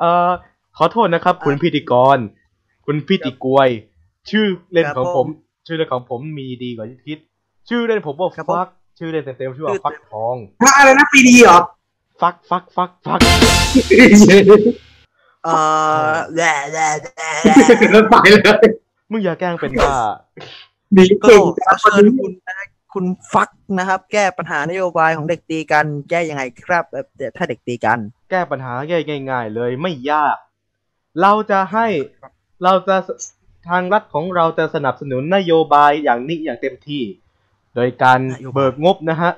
Speaker 1: เออขอโทษนะครับ คุณพิธีกร คุณพิธีกวย ชื่อเล่นของผม ชื่อเล่นของผมมีดีกว่าที่คิด ชื่อเล่นผมว่า
Speaker 3: ครับผม
Speaker 1: ฟัก ชื่อเล่นเต็มๆชื่อว่า
Speaker 3: ชื่อ
Speaker 1: ฟักทอง
Speaker 2: พระ (laughs) อะไรนะปีดีเหรอ
Speaker 1: ฟักฟักฟักฟัก
Speaker 3: เอ่อแย่แย่แย่
Speaker 2: แล้วไปเลย
Speaker 1: มึงอย่าแกล้งเป็นบ้า
Speaker 2: หนี
Speaker 3: ก็
Speaker 2: เก่ง
Speaker 3: ขอเชิญคุณนะคุณฟักนะครับ แก้ปัญหานโยบายของเด็กตีกันแก้ยังไงครับเอ่อเดี๋ยวถ้าเด็กตีกัน
Speaker 1: แก้ปัญหาง่ายๆเลยไม่ยาก เราจะให้เราจะทางรัฐของเราจะสนับสนุนนโยบายอย่างนี้อย่างเต็มที่ โดยการ
Speaker 3: นโยบาย
Speaker 1: เบิกงบนะฮะ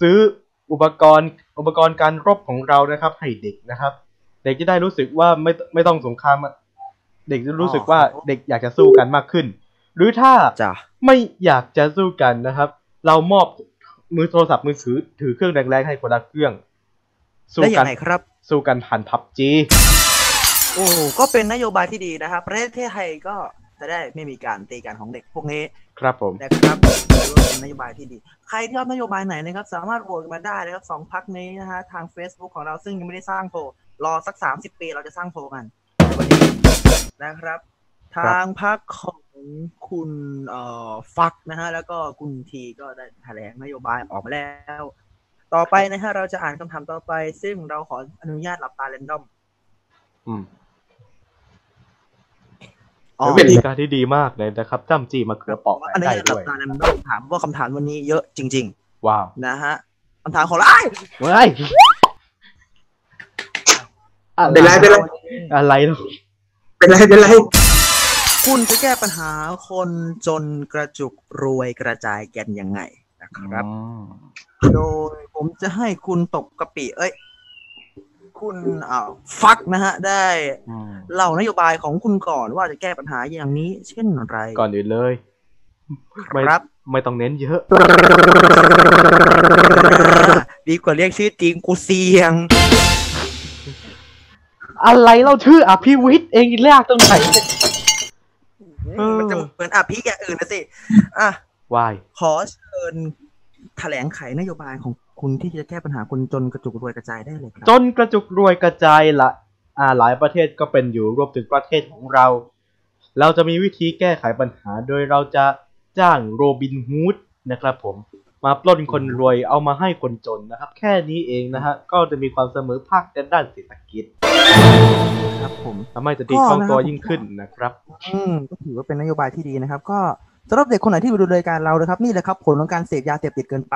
Speaker 1: ซื้ออุปกรณ์อุปกรณ์การรบของเรานะครับ ให้เด็กนะครับ เด็กจะได้รู้สึกว่าไม่ไม่ต้องสงครามอะเด็กจะรู้สึกว่าเด็กอยากจะสู้กันมากขึ้น หรือถ้า
Speaker 3: จ้ะ
Speaker 1: ไม่อยากจะสู้กันนะครับ เรามอบมือโทรศัพท์มือถือถือเครื่องแรงๆให้คนละเครื่อง สู้
Speaker 3: ได้ยั
Speaker 1: กั
Speaker 3: งไงครับ
Speaker 1: สู้กันผ่านพับจี
Speaker 3: โอ้ก็เป็นนโยบายที่ดีนะครับ ประเทศไทยก็จะได้ไม่มีการตีกันของเด็กพวกนี้
Speaker 1: ครับผม
Speaker 3: นะครับถือว่าเป็นนโยบายที่ดี ใครที่ชอบนโยบายไหนนะครับ สามารถโหวตกันมาได้นะครับสองพักนี้นะฮะทาง Facebook ของเราซึ่งยังไม่ได้สร้างโพลรอสักสามสิบปีเราจะสร้างโพลกันวันนี้นะครับ
Speaker 1: ครับ
Speaker 3: ทางพักของคุณเอ่อฟักนะฮะแล้วก็คุณทีก็ได้แถลงนโยบายออกมาแล้ว ต่อไปนะฮะเราจะอ่านคำถามต่อไป ซึ่งเราขออนุญาตหลับตาเรนดอม
Speaker 1: อืม
Speaker 3: อ๋อ
Speaker 1: เป็นรายการที่ดีมากเลยนะครับจ้ำจีมาเคือเปอก
Speaker 3: อันนี้
Speaker 1: ได้
Speaker 3: หลั
Speaker 1: ด้
Speaker 3: บ
Speaker 1: วย
Speaker 3: ตาแลมต้องถามว่าคำถามวันนี้เยอะจริง
Speaker 1: ว้าว
Speaker 3: ๆ นะฮะคำถามของเรา
Speaker 1: เฮ้ยอะไร
Speaker 2: เป็นไรเป็นไร
Speaker 1: อะไรเนอะ
Speaker 2: เป็นไรเป็นไร
Speaker 3: คุณจะแก้ปัญหาคนจนกระจุกรวยกระจายกันยังไงนะครับ
Speaker 1: อืม
Speaker 3: โดยผมจะให้คุณตกกะปิ เอ้ย คุณอ่าฟักนะฮะ ได้
Speaker 1: อืม
Speaker 3: เล่านโยบายของคุณก่อนว่าจะแก้ปัญหาอย่างนี้ เช่นไร
Speaker 1: ก่อนอื่นเลยไม่
Speaker 3: ครับ
Speaker 1: ไม่ต้องเน้นเยอะ
Speaker 3: ดีกว่าเรียกชื่อจริงกูเสียง
Speaker 1: อะไรเราชื่ออภิวิทย์เองเรียกตรงไหนเนี่ย เออ
Speaker 3: มันจะเหมือนอ่ะพี่อย่างอื่นนะสิอ่ะ
Speaker 1: วาย
Speaker 3: ขอเชิญแถลงไขนโยบายของคุณที่จะแก้ปัญหาคนจนกระจุกรวยกระจายได้เลยครั
Speaker 1: จ
Speaker 3: บ
Speaker 1: นกระจุกรวยกระจายละอ่าหลายประเทศก็เป็นอยู่รวมถึงประเทศของเรา เราจะมีวิธีแก้ไขปัญหาโดยเราจะจ้างโรบินฮูดนะครับผม มาปล้นคนรวยเอามาให้คนจนนะครับ แค่นี้เองนะฮะก็จะมีความเสมอภาคกันด้านเศรษฐกิจ
Speaker 3: ครับผม
Speaker 1: ทำให้เศรษฐกิจคล่องตัวยิ่งขึ้นนะครับ
Speaker 3: อืมก็ถือว่าเป็นนโยบายที่ดีนะครับ ก็สำหรับเด็กคนไหนที่มาดูรายการเรานะครับ นี่แหละครับ ผลของการเสพยาเสพติดเกินไป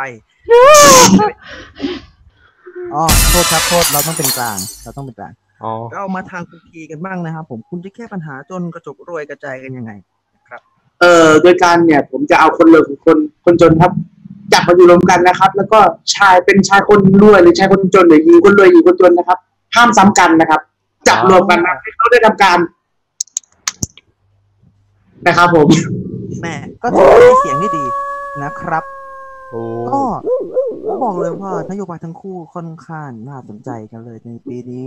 Speaker 3: อ๋อโทษครับโทษเราต้องเป็นกลาง เราต้องเป็นกลาง
Speaker 1: อ๋อ
Speaker 3: เรามาทางคุณทีกันบ้างนะครับ ผมคุณจะแก้ปัญหาจนกระจกรวยกระจายกันยังไง
Speaker 2: เอ่อโดยการเนี่ย ผมจะเอาคนรวยกับคนคนจนครับ จับมาอยู่รวมกันนะครับ แล้วก็ชายเป็นชายคนรวยหรือชายคนจนหรือหญิงคนรวยหญิงคนจนนะครับ ห้ามซ้ำกันนะครับ จับรวมกันนะให้เขาได้ทำการ นะครับผม
Speaker 3: แม่ก็ถือว่าเป็นเสียงที่ดีนะครับ
Speaker 1: โอ้
Speaker 3: ก็ก็บอกเลยว่านโยบายทั้งคู่ค่อนข้างน่าสนใจกันเลยในปีนี้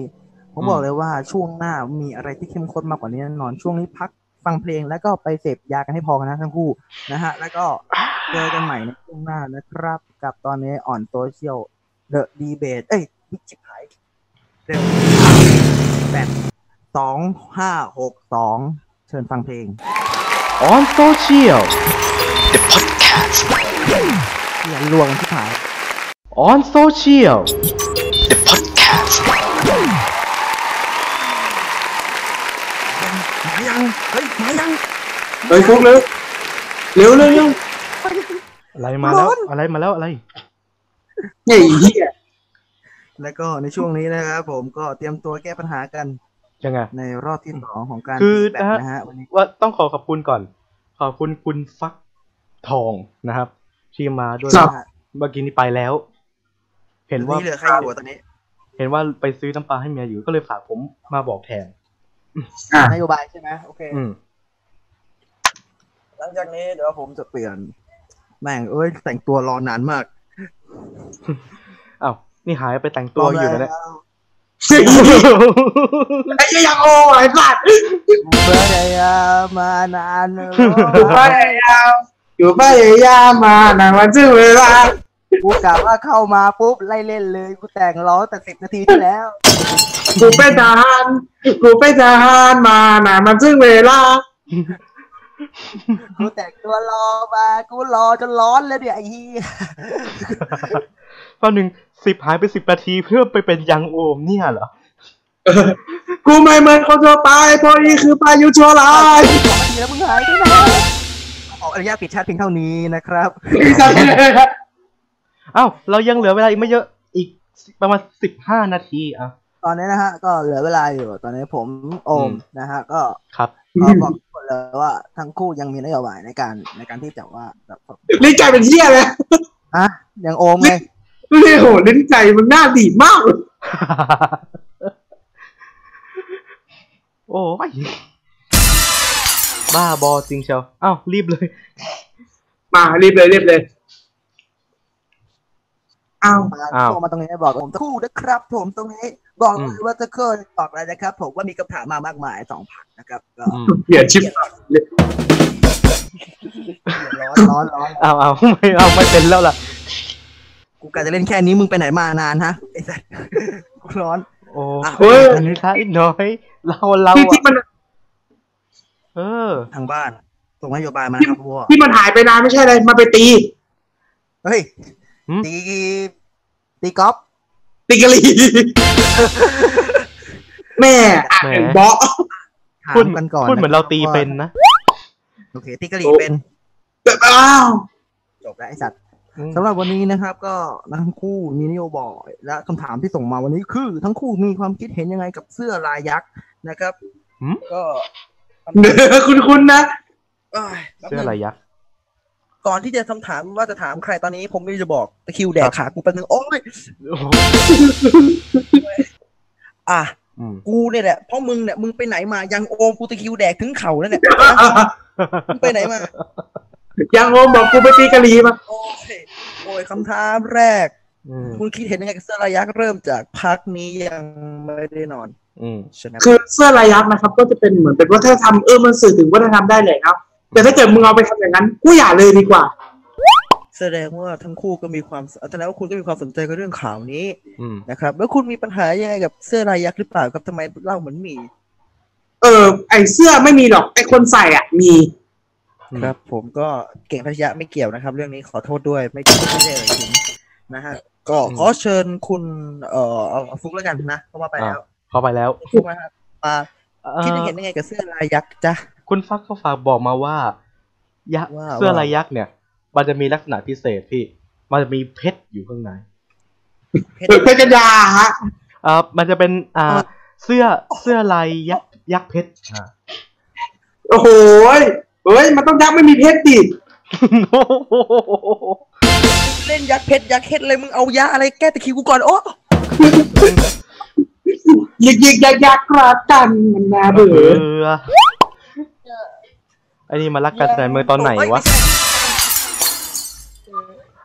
Speaker 3: ผม
Speaker 1: อืม
Speaker 3: บอกเลยว่าช่วงหน้ามีอะไรที่เข้มข้นมากกว่านี้แน่นอนช่วงนี้พักฟังเพลงแล้วก็ไปเสพยากันให้พอกันนะทั้งคู่นะฮะ แล้วก็เจอกันใหม่ในช่วงหน้านะครับ กับตอนนี้อ่อนโซเชียลเดอะดีเบตเอ้ยวิจิบหายเดอะแปดสองห้าหกสองเชิญฟังเพลง
Speaker 1: on social
Speaker 3: เสียงลวงที่หาย
Speaker 1: on social
Speaker 3: มายังเฮ้ยมายัง
Speaker 2: เฮ้ยฟุกเร็วเร็วเร็วเร็ว
Speaker 1: อะไรมาแล้ว
Speaker 3: ร้อน
Speaker 1: อะไรมาแล้วอะไร
Speaker 2: เนี่ยไอ้เหี้ย
Speaker 3: แล้วก็ในช่วงนี้นะครับผมก็เตรียมตัวแก้ปัญหากัน
Speaker 1: ยังไง
Speaker 3: ในรอบที่สองของการ
Speaker 1: คือ
Speaker 3: แบ
Speaker 1: นะฮะ
Speaker 3: นะฮะวันนี้
Speaker 1: ว่าต้องขอขอบคุณก่อน ขอบคุณคุณฟักทองนะครับ ที่มาด้วย
Speaker 3: นะฮะ
Speaker 1: เมื่อกี้นี้ไปแล้ว เห็นว่า
Speaker 3: เหลือใครอยู่ตอนนี้
Speaker 1: เห็นว่าไปซื้อน้ำปลาให้เมียอยู่ก็เลยฝากผมมาบอกแทน
Speaker 2: อ่ะ
Speaker 3: นโยบายใช่ไหมโอเค
Speaker 1: อืม
Speaker 3: หลังจากนี้เดี๋ยวผมจะเปลี่ยน แม่งเอ้ยแต่งตัวรอนานมาก
Speaker 1: อ้าว นี่หายไปแต่งตัวอยู่ (laughs) แล้ว
Speaker 2: ไอ้เหี้ยยังโอ้ไอ้สัตว์
Speaker 3: เมื่อไหร่อะมานานเลย
Speaker 2: อยู่พยายามอยู่พยายามมานานวันซึ่งเวลา
Speaker 3: กูกะว่าเข้ามาปุ๊บไล่เล่นเลยกูแต่งร้องแต่สิบนาทีที่แล้ว
Speaker 2: กูเป็นทหารกูเป็นทหารมานานวันซึ่งเวลา
Speaker 3: กูแต่งตัวรอมากูรอจนร้อนเลยเนี่ยไอ้เหี้ย
Speaker 1: ตอนหนึ่งสิบหายไปสิบนาทีเพื่อไปเป็นยังโอมเนี่ยเหรอ
Speaker 2: กูไม่เหมือนคนทั่วไปเพราะนี่คือพายุชั่วร้าย
Speaker 3: สองนาทีแล้วมึงหายไปไหนขออนุญาตปิดแชทเพียงเท่านี้นะครับ
Speaker 2: (laughs) ไอ้สัตว์เนี่ย
Speaker 1: อ้าว เรายังเหลือเวลาอีกไม่เยอะ อีกประมาณสิบห้านาทีอ่ะ
Speaker 3: ตอนนี้นะฮะก็เหลือเวลาอยู่ ตอนนี้ผมโอม
Speaker 1: อืม
Speaker 3: นะฮะก็
Speaker 1: ครับ
Speaker 3: ก็บอกทุกคนเลยว่าทั้งคู่ยังมีนโยบายในการในการที่จะว่าแบบ
Speaker 2: ลิ้นไก่เป็นเหี้ยเลย
Speaker 3: อ่ะยังโอมไง
Speaker 2: ดูดิโหลิ้นไก่มันหน้าดีดมากเลย
Speaker 1: (laughs) โอ้ยบ้าบอจริงเชียวอ้าวรีบเลย
Speaker 2: มารีบเลยรีบเลยเอา
Speaker 3: มา
Speaker 1: อ้าว
Speaker 3: โทรมาตรงนี้บอกผมทั้งคู่นะครับ ผมตรงนี้บอก
Speaker 1: อืม
Speaker 3: เลยว่าจะเคยบอกเลยนะครับ ผมว่ามีคำถามมามากมายสองพันนะครับก็
Speaker 1: อืม
Speaker 2: เหียชิบ
Speaker 3: ร้อนร้อนร้อน
Speaker 1: เอาเอาไม่เอาไม่เป็นแล้วล่ะ
Speaker 3: กูกะจะเล่นแค่นี้มึงไปไหนมานานฮะไอ้สัสกูร้อน
Speaker 1: โอ้
Speaker 3: อ่ะ
Speaker 2: เฮ้ย
Speaker 1: อันนี้ท้ายน้อย เราเรา
Speaker 2: ที่ที่
Speaker 1: อะ
Speaker 2: มัน
Speaker 1: เออ
Speaker 3: ทางบ้านส่งนโยบายมานะครับพวก
Speaker 2: ที่มันหายไปนานไม่ใช่อะไรมาไปตี
Speaker 3: เฮ้ย
Speaker 1: หืม
Speaker 3: ตีตีกอล์ฟ
Speaker 2: ตีกะลี (laughs) แม่อ่ะ
Speaker 1: แหม
Speaker 2: เบาะ
Speaker 3: ถาม
Speaker 1: พูด
Speaker 3: กันก่อน
Speaker 1: พูดเหมือนะ
Speaker 3: ค
Speaker 1: เรา
Speaker 3: บ
Speaker 1: ตี
Speaker 3: ว่า
Speaker 1: เป็นนะ
Speaker 3: โอเคตีกะหรี่เป็น
Speaker 2: แบบอ้าว
Speaker 3: จบแล้วไอสัตว์
Speaker 1: อืม
Speaker 3: สำหรับวันนี้นะครับ ก็ทั้งคู่มีนโยบายและคำถามที่ส่งมาวันนี้คือ ทั้งคู่มีความคิดเห็นยังไงกับเสื้อลายยักษ์นะครับก็
Speaker 2: เนื้อคุณคุณนะ (laughs)
Speaker 3: เอ้ยแป๊บ
Speaker 1: เสื้อ
Speaker 3: นึง
Speaker 1: อะไรยักษ์
Speaker 3: ก่อนที่จะคำถามว่าจะถามใครตอนนี้ ผมไม่รู้จะบอกตะคริวแดกขากูแป๊บนึงโอ้ย
Speaker 1: โอ้โห
Speaker 3: อ่ะ
Speaker 1: อืม
Speaker 3: กูเนี่ยแหละเพราะมึงเนี่ยมึงไปไหนมายังโอมกูตะคริวแดกถึงเข่าแล้วเนี่ยมึงไปไหนมา
Speaker 2: ยังงงบอกกูไปตีกะลีมา
Speaker 3: โอ้ยโอ้ยคำถามแรก
Speaker 1: อืม
Speaker 3: คุณคิดเห็นยังไงกับเสื้อลายยักษ์เริ่มจากพักนี้ยังไม่ได้นอน
Speaker 1: อืม
Speaker 3: ใช่ไหม
Speaker 2: คือเสื้อลายยับนะครับ ก็จะเป็นเหมือนเป็นวัฒนธรรมเออมันสื่อถึงวัฒนธรรมได้เลยครับแต่ถ้าเกิดมึงเอาไปทำอย่างนั้นกูอย่าเลยดีกว่า
Speaker 3: แสดงว่าทั้งคู่ก็มีความแสดงว่าคุณก็มีความสนใจกับเรื่องข่าวนี้
Speaker 1: อืม
Speaker 3: นะครับ แล้วคุณมีปัญหายังไงกับเสื้อลายยักษ์หรือเปล่าครับทำไมเล่าเหมือนหมี
Speaker 2: เออ ไอเสื้อไม่มีหรอกไอคนใส่อ่ะมี
Speaker 1: อ
Speaker 3: ครับ ผมก็เก่งทัชยะไม่เกี่ยวนะครับ เรื่องนี้ขอโทษด้วยไม่ไม่ได้เอ่ยถึงนะฮะก็
Speaker 1: อืม
Speaker 3: ขอเชิญคุณ เอ่อเอาฟุกแล้วกันนะเพราะว่าไปแล้ว
Speaker 1: เข้าไปแล้ว
Speaker 3: ฟุกนะครับมา
Speaker 1: เอ่อ
Speaker 3: คิดเห็นยังไงกับเสื้อลายยักษ์จ๊ะ
Speaker 1: คุณฟักก็ฝากบอกมาว่ายักษ์
Speaker 3: ว่า
Speaker 1: เสื้อ
Speaker 3: ว่า
Speaker 1: ลายยักษ์เนี่ย มันจะมีลักษณะพิเศษพี่ มันจะมีเพชรอยู่ข้างใน
Speaker 3: เพช
Speaker 2: เปิด
Speaker 3: ร
Speaker 2: เพชรจันดาฮะ
Speaker 1: อ่ามันจะเป็นอ่าเสื้อเสื้อลายยักษ์ยักษ์เพชรอ่า
Speaker 2: โอ้โหยเฮ้ยมันต้องยักษ์ไม่มีเพชรดิ
Speaker 3: เล่นยักษ์เพชรยักษ์เพชรเลยมึงเอายาอะไรแก้ตะคริวกูก่อนโอ้
Speaker 2: ยิกยิกยักษ์ยักษ์รักกันมันนา
Speaker 1: เอ
Speaker 2: เบื่อ
Speaker 1: อไอ้นี่มารักกันแต่เมืองตอนไหน
Speaker 3: โยว
Speaker 1: ะ
Speaker 3: ม่ใช่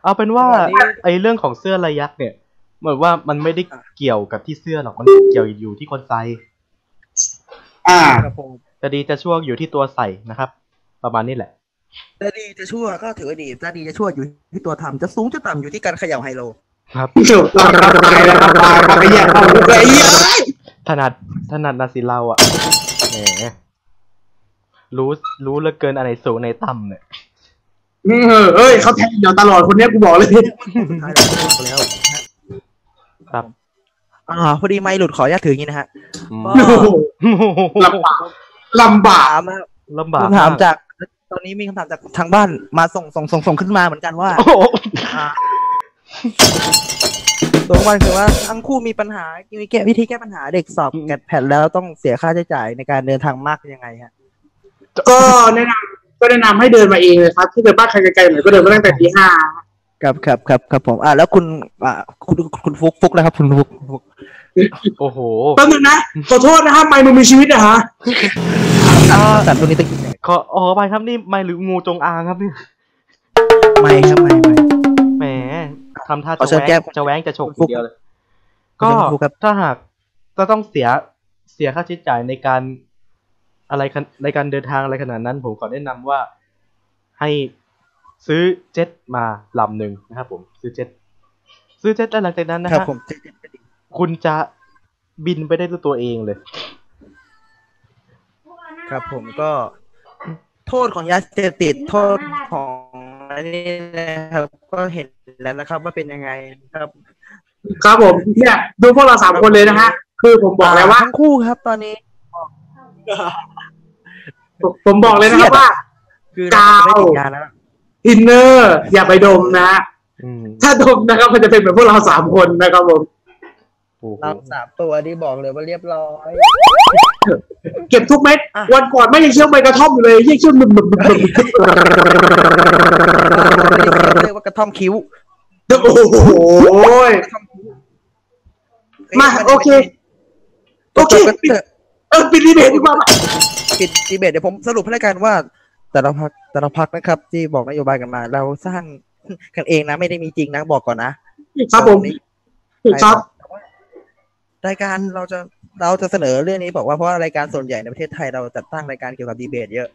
Speaker 1: เอาเป็นว่า
Speaker 3: ตอนนี้
Speaker 1: ไอ้เรื่องของเสื้อลายยักษ์เนี่ยเหมือนว่ามันไม่ได้เกี่ยวกับที่เสื้อหรอกมันเกี่ยวอยู่ที่คนใส่
Speaker 2: อ่า
Speaker 3: ครับผม
Speaker 1: จะดีจะชั่วอยู่ที่ตัวใส่นะครับ ประมาณนี้แหละ
Speaker 3: จะดีจะชั่วก็ถือว่าดีจะดีจะชั่วอยู่ที่ตัวทำจะสูงจะต่ำอยู่ที่การเขย่าไฮโล
Speaker 1: ครับ
Speaker 2: เดี๋ยวตายแล้วตายแล้วตายแล้วไอ้เหี้ยเอาไอ้เหี้ย
Speaker 1: ถนัดถนัดนาซีเราอ่ะแหมรู้รู้เหลือเกินอะไรสูงในต่ำเนี่ย
Speaker 2: เออเอ้ยเขาแทงเดี๋ยวตลอดคนเนี้ยกูบอกเลย
Speaker 3: สุดท้ายเราก็ว่าไปแล้วนะฮะ
Speaker 1: ครับ
Speaker 3: อ่าพอดีไม่หลุดขออนุญาตถืออย่างนี้นะฮะ
Speaker 1: อืม
Speaker 2: โอ้โหลำบากลำบาก
Speaker 3: ถามนะ
Speaker 1: ลำบาก
Speaker 3: คำถามจากตอนนี้มีคำถามจากทางบ้านมาส่งส่งส่งส่งขึ้นมาเหมือนกันว่า
Speaker 1: โอ้โห
Speaker 3: อ่าตัววันคือว่าทั้งคู่มีปัญหามีแก้วิธีแก้ปัญหาเด็กสอบแกดแพดแล้วต้องเสียค่าใช้จ่ายในการเดินทางมากยังไงฮะ
Speaker 2: ก็แนะนำก็แนะนำให้เดินมาเองเลยครับ ที่เดินบ้านใครไกลๆหน่อยก็เดินมาตั้งแต่ตีห้า
Speaker 3: ครับครับครับครับผมอ่าแล้วคุณอ่าคุณคุณฟุกฟุกนะครับคุณฟุกฟุก
Speaker 1: โอ้โห
Speaker 2: แป๊บนึงนะขอโทษนะฮะไม่มึงมีชีวิตนะฮะ
Speaker 3: สัตว์ตัวนี้ตะกี้ไหน
Speaker 1: ขออ๋อไปครับนี่ไม่หรืองูจงอางครับเนี่ย
Speaker 3: ไม่ครับไม่ไม่
Speaker 1: แหมทำท่า
Speaker 3: ขอเชิ
Speaker 1: จะ
Speaker 3: ญ
Speaker 1: แหว
Speaker 3: แก้
Speaker 1: ง
Speaker 3: ม
Speaker 1: จะแหวงจะฉก
Speaker 3: คุณฟุ๊ก
Speaker 1: เดียวเลยก็
Speaker 3: คุณฟุ๊กครับ
Speaker 1: ถ้าหากจะต้องเสียเสียค่าใช้จ่ายในการอะไรขนในการเดินทางอะไรขนาดนั้น ผมขอแนะนำว่าให้ซื้อเจ็ตมาลำหนึ่งนะครับผม ซื้อเจ็ตซื้อเจ็ตแล้วหลังจากนั้นนะ
Speaker 3: ค
Speaker 1: ฮะ
Speaker 3: รับผม
Speaker 1: คุณจะบินไปได้ด้วยตัวเองเลย
Speaker 3: ครับผมก็โทษของยาเสพติดโทษของอันนี้นะครับ ก็เห็นแล้วนะครับ ว่าเป็นยังไงครับ
Speaker 2: ครับผมเนี่ยดูพวกเราสามคนเลยนะฮะ คือผมบอกเลยว่า
Speaker 3: ทั้งคู่ครับ ตอนนี้
Speaker 2: ผมบอกเลยนะครับว่า
Speaker 3: คือเราจะไม่ติดยาแล้ว
Speaker 2: อินเนอร์อย่าไปดมนะฮะ
Speaker 1: อืม
Speaker 2: ถ้าดมนะครับมันจะเป็นเหมือนพวกเราสามคนนะครับผม
Speaker 1: โอ้โห
Speaker 3: เราสามตัวนี่บอกเลยว่าเรียบร้อย
Speaker 2: เก็บทุกเม็ด
Speaker 3: อ่ะ
Speaker 2: วันก่อนไม่ยังเชื่อมใบกระท่อมอยู่เลยยังเชื่อมบึมบึมบึมบึมบึม
Speaker 3: เรียกว่ากระท่อมคิ้ว
Speaker 2: โอ้โห
Speaker 3: กระท่อมคิ้ว
Speaker 2: มาโอเค โอเค
Speaker 3: จบกันเถอะ
Speaker 2: เออปิดดีเบตดีกว่าปะ
Speaker 3: ปิดดีเบตเดี๋ยวผมสรุปให้แล้วกันว่า แต่ละพักแต่ละพักนะครับ ที่บอกนโยบายกันมา เราสร้างกันเองนะไม่ได้มีจริงนะบอกก่อนนะ
Speaker 2: ครับผมครับ
Speaker 3: รายการเราจะเราจะเสนอเรื่องนี้บอกว่าเพราะว่ารายการส่วนใหญ่ในประเทศไทยเราจัดตั้งรายการเกี่ยวกับดีเบตเยอะ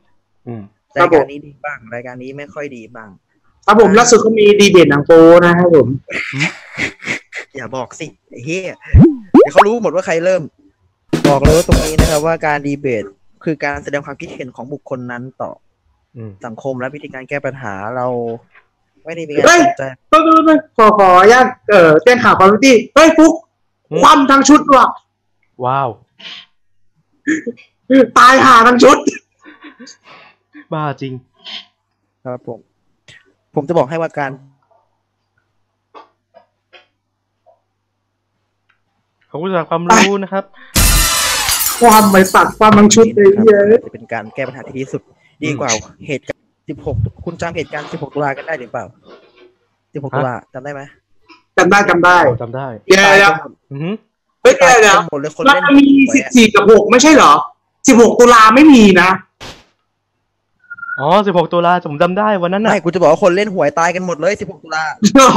Speaker 1: อืม
Speaker 2: ครั
Speaker 3: รา
Speaker 2: บ
Speaker 3: ย
Speaker 2: ผม
Speaker 3: การนี้ดีบ้าง รายการนี้ไม่ค่อยดีบ้าง
Speaker 2: ครับผมล่าสุดก็มีดีเบตหนังโปนะครับผม
Speaker 3: อย่าบอกสิไอ้เฮียเดี๋ยวเขารู้หมดว่าใครเริ่ม บอกเลยว่าตรงนี้นะครับ ว่าการดีเบตคือการแสดงความคิดเห็นของบุคคลนั้นต่อ
Speaker 1: อืม
Speaker 3: สังคมและวิธีการแก้ปัญหาเรา ไม่ได้มีการ
Speaker 2: เฮ้ย
Speaker 3: สนใจ
Speaker 2: ต้องต้องขอขออนุญาตเอ่อแจ้งข่าวความที่เฮ้ยฟุกคว่ำทั้งชุดว่ะ
Speaker 1: ว้าว
Speaker 2: ตายห่าทั้งชุด
Speaker 1: บ้าจริง
Speaker 3: ครับผม ผมจะบอกให้ว่าการ
Speaker 1: ขอบคุณสำหรับความรู้นะครับ
Speaker 2: ความไม่สัตว์ความทั้งชุดเลย
Speaker 3: ครับ
Speaker 2: เหี้ยอะ
Speaker 3: จะเป็นการแก้ปัญหาที่ดีที่สุด ดีกว่าเหตุการณ์ 16 คุณจำเหตุการณ์ 16 ตุลากันได้หรือเปล่า 16 ตุลาจำได้ไหม
Speaker 2: จำได้จำได้
Speaker 1: โอ้จำได้
Speaker 2: เดี๋ยวเดี๋ยว
Speaker 1: อือหือ
Speaker 2: เฮ้ยเดี๋ยวเดี๋ยว
Speaker 3: หมดเลยคน
Speaker 2: มัน
Speaker 3: เล่น
Speaker 2: มีสิบสี่กับหกไม่ใช่เหรอสิบหกตุลาไม่มีนะ
Speaker 1: อ๋อ 16 ตุลาผมจำได้วันนั้นน่ะ
Speaker 3: ไม่กูจะบอกว่าคนเล่นหวยตายกันหมดเลย 16 ตุลา
Speaker 2: โอ้โห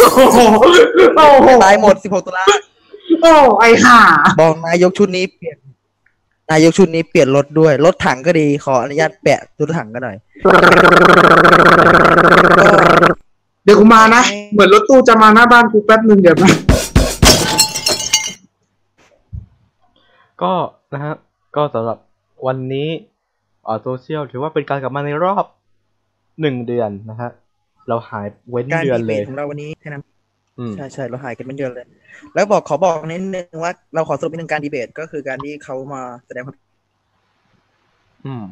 Speaker 2: โอ้โหโอ้โห
Speaker 3: ตายหมด 16 ตุลา
Speaker 2: โอ้ไอห่า
Speaker 3: บอกนายกชุดนี้เปลี่ยน นายกชุดนี้เปลี่ยนรถด้วย รถถังก็ดี ขออนุญาตแปะรถถังก็หน่อย
Speaker 2: เดี๋ยวกูมานะ เหมือนรถตู้จะมาหน้าบ้านกูแป๊บนึงเดี๋ยวนะ
Speaker 1: ก็นะฮะ ก็สำหรับวันนี้ อ่าโซเชียลถือว่าเป็นการกลับมาในรอบหนึ่งเดือนนะฮะเราหายเว้น
Speaker 3: การ
Speaker 1: เดือน
Speaker 3: ดีเบ
Speaker 1: เล
Speaker 3: ต
Speaker 1: ย
Speaker 3: ของเราวันนี้แค่นั้น
Speaker 1: อืม
Speaker 3: ใช่ใช่เราหายกันเป็นเดือนเลย แล้วบอกขอบอกนิดนึงว่าเราขอสรุปนิดนึงการดีเบตก็คือการที่เขามาแสดงความ
Speaker 1: อืม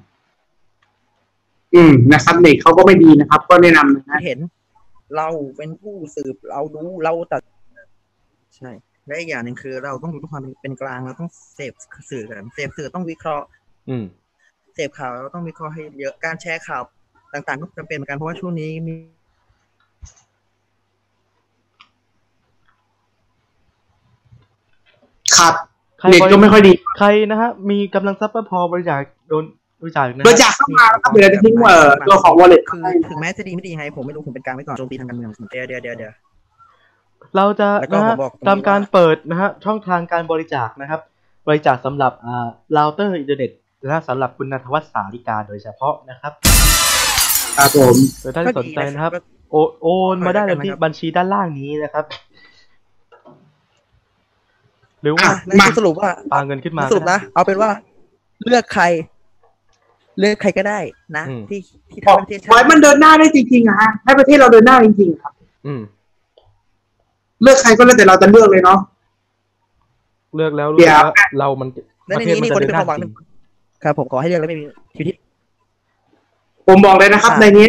Speaker 2: อืมนะครับเน็ตเขาก็ไม่ดีนะครับ ก็แนะนำนะฮะ
Speaker 3: เห็น เราเป็นผู้สืบเราดูเราตัด ใช่ และอีกอย่างหนึ่งคือเราต้องดูด้วยความเป็นกลางเราต้องเสพสื่อกันเสพสื่อต้องวิเคราะห์
Speaker 1: อืม
Speaker 3: เสพข่าวเราต้องวิเคราะห์ให้เยอะการแชร์ข่าว ต่างๆ ก็จำเป็นเหมือนกันเพราะว่าช่วงนี้มี
Speaker 2: ครับ
Speaker 1: ใคร
Speaker 2: เน็ต
Speaker 1: บ
Speaker 2: ก็
Speaker 1: ริ
Speaker 2: ไม่ค่อยดี
Speaker 1: ใครนะฮะ มีกำลังทรัพย์ไม่พอบริจาคโดนบริจาคนะ
Speaker 2: บริ
Speaker 1: ฮะ
Speaker 2: จาคเข้ามานะครับเดี๋ยวเราจะทิ้งเอ่อตัวของ wallet
Speaker 3: คือถึงแม้จะดีไม่ดียังไงผมไม่รู้ผมเป็นกลางไว้ก่อนโจมตีทางการเมืองเดี๋ยวเดี๋ยวเดี๋ยวเดี๋ยว
Speaker 1: เราจะ
Speaker 3: แล้วก็
Speaker 1: นะฮะ
Speaker 3: ผมบอกตรงนี้
Speaker 1: ตามการ
Speaker 3: ว่า
Speaker 1: เปิดนะฮะ ช่องทางการบริจาคนะครับ บริจาคสำหรับอ่าเราเตอร์อินเทอร์เน็ตนะฮะสำหรับคุณนทวัฒน์สาริกาโดยเฉพาะนะครับ
Speaker 2: ครับผม
Speaker 1: โดยท่านที่สนใจนะครับ
Speaker 3: ก็ดี
Speaker 1: โอโอนมาได้เลยที่
Speaker 3: ขอบคุณนะครับ
Speaker 1: บัญชีด้านล่างนี้นะครับ หรือว่า
Speaker 3: อ่ะนั่นคือสรุปว่า
Speaker 1: ปาเงินขึ้นมา
Speaker 3: สรุปนะ เอาเป็นว่า เลือกใคร เลือกใครก็ได้นะ
Speaker 1: อืม
Speaker 3: ที่ที่
Speaker 2: บอก
Speaker 3: ทำประเทศ
Speaker 2: ไว้มันเดินหน้าได้จริงๆอะฮะให้ประเทศเราเดินหน้าจริงๆครับ
Speaker 1: อืม
Speaker 2: เลือกใครก็แล้วแต่เราจะเลือกเลยเนาะ
Speaker 1: เลือกแล้ว
Speaker 2: เดี๋
Speaker 1: รู้สึ
Speaker 2: ย
Speaker 1: ก
Speaker 2: ว
Speaker 1: ว่าเรามัน
Speaker 3: และใน
Speaker 1: ประเทศ
Speaker 3: นี้
Speaker 1: มันจะเดิ
Speaker 3: นี่คนที่
Speaker 1: นห
Speaker 3: เป็น
Speaker 1: น้า
Speaker 3: ความหวัง
Speaker 1: จ
Speaker 3: ห
Speaker 1: ริ
Speaker 3: นึ่
Speaker 1: ง
Speaker 3: งครับผมขอให้เลือกแล้วไม่มีคิวที่
Speaker 2: ผมบอกเลยนะครับ ในนี้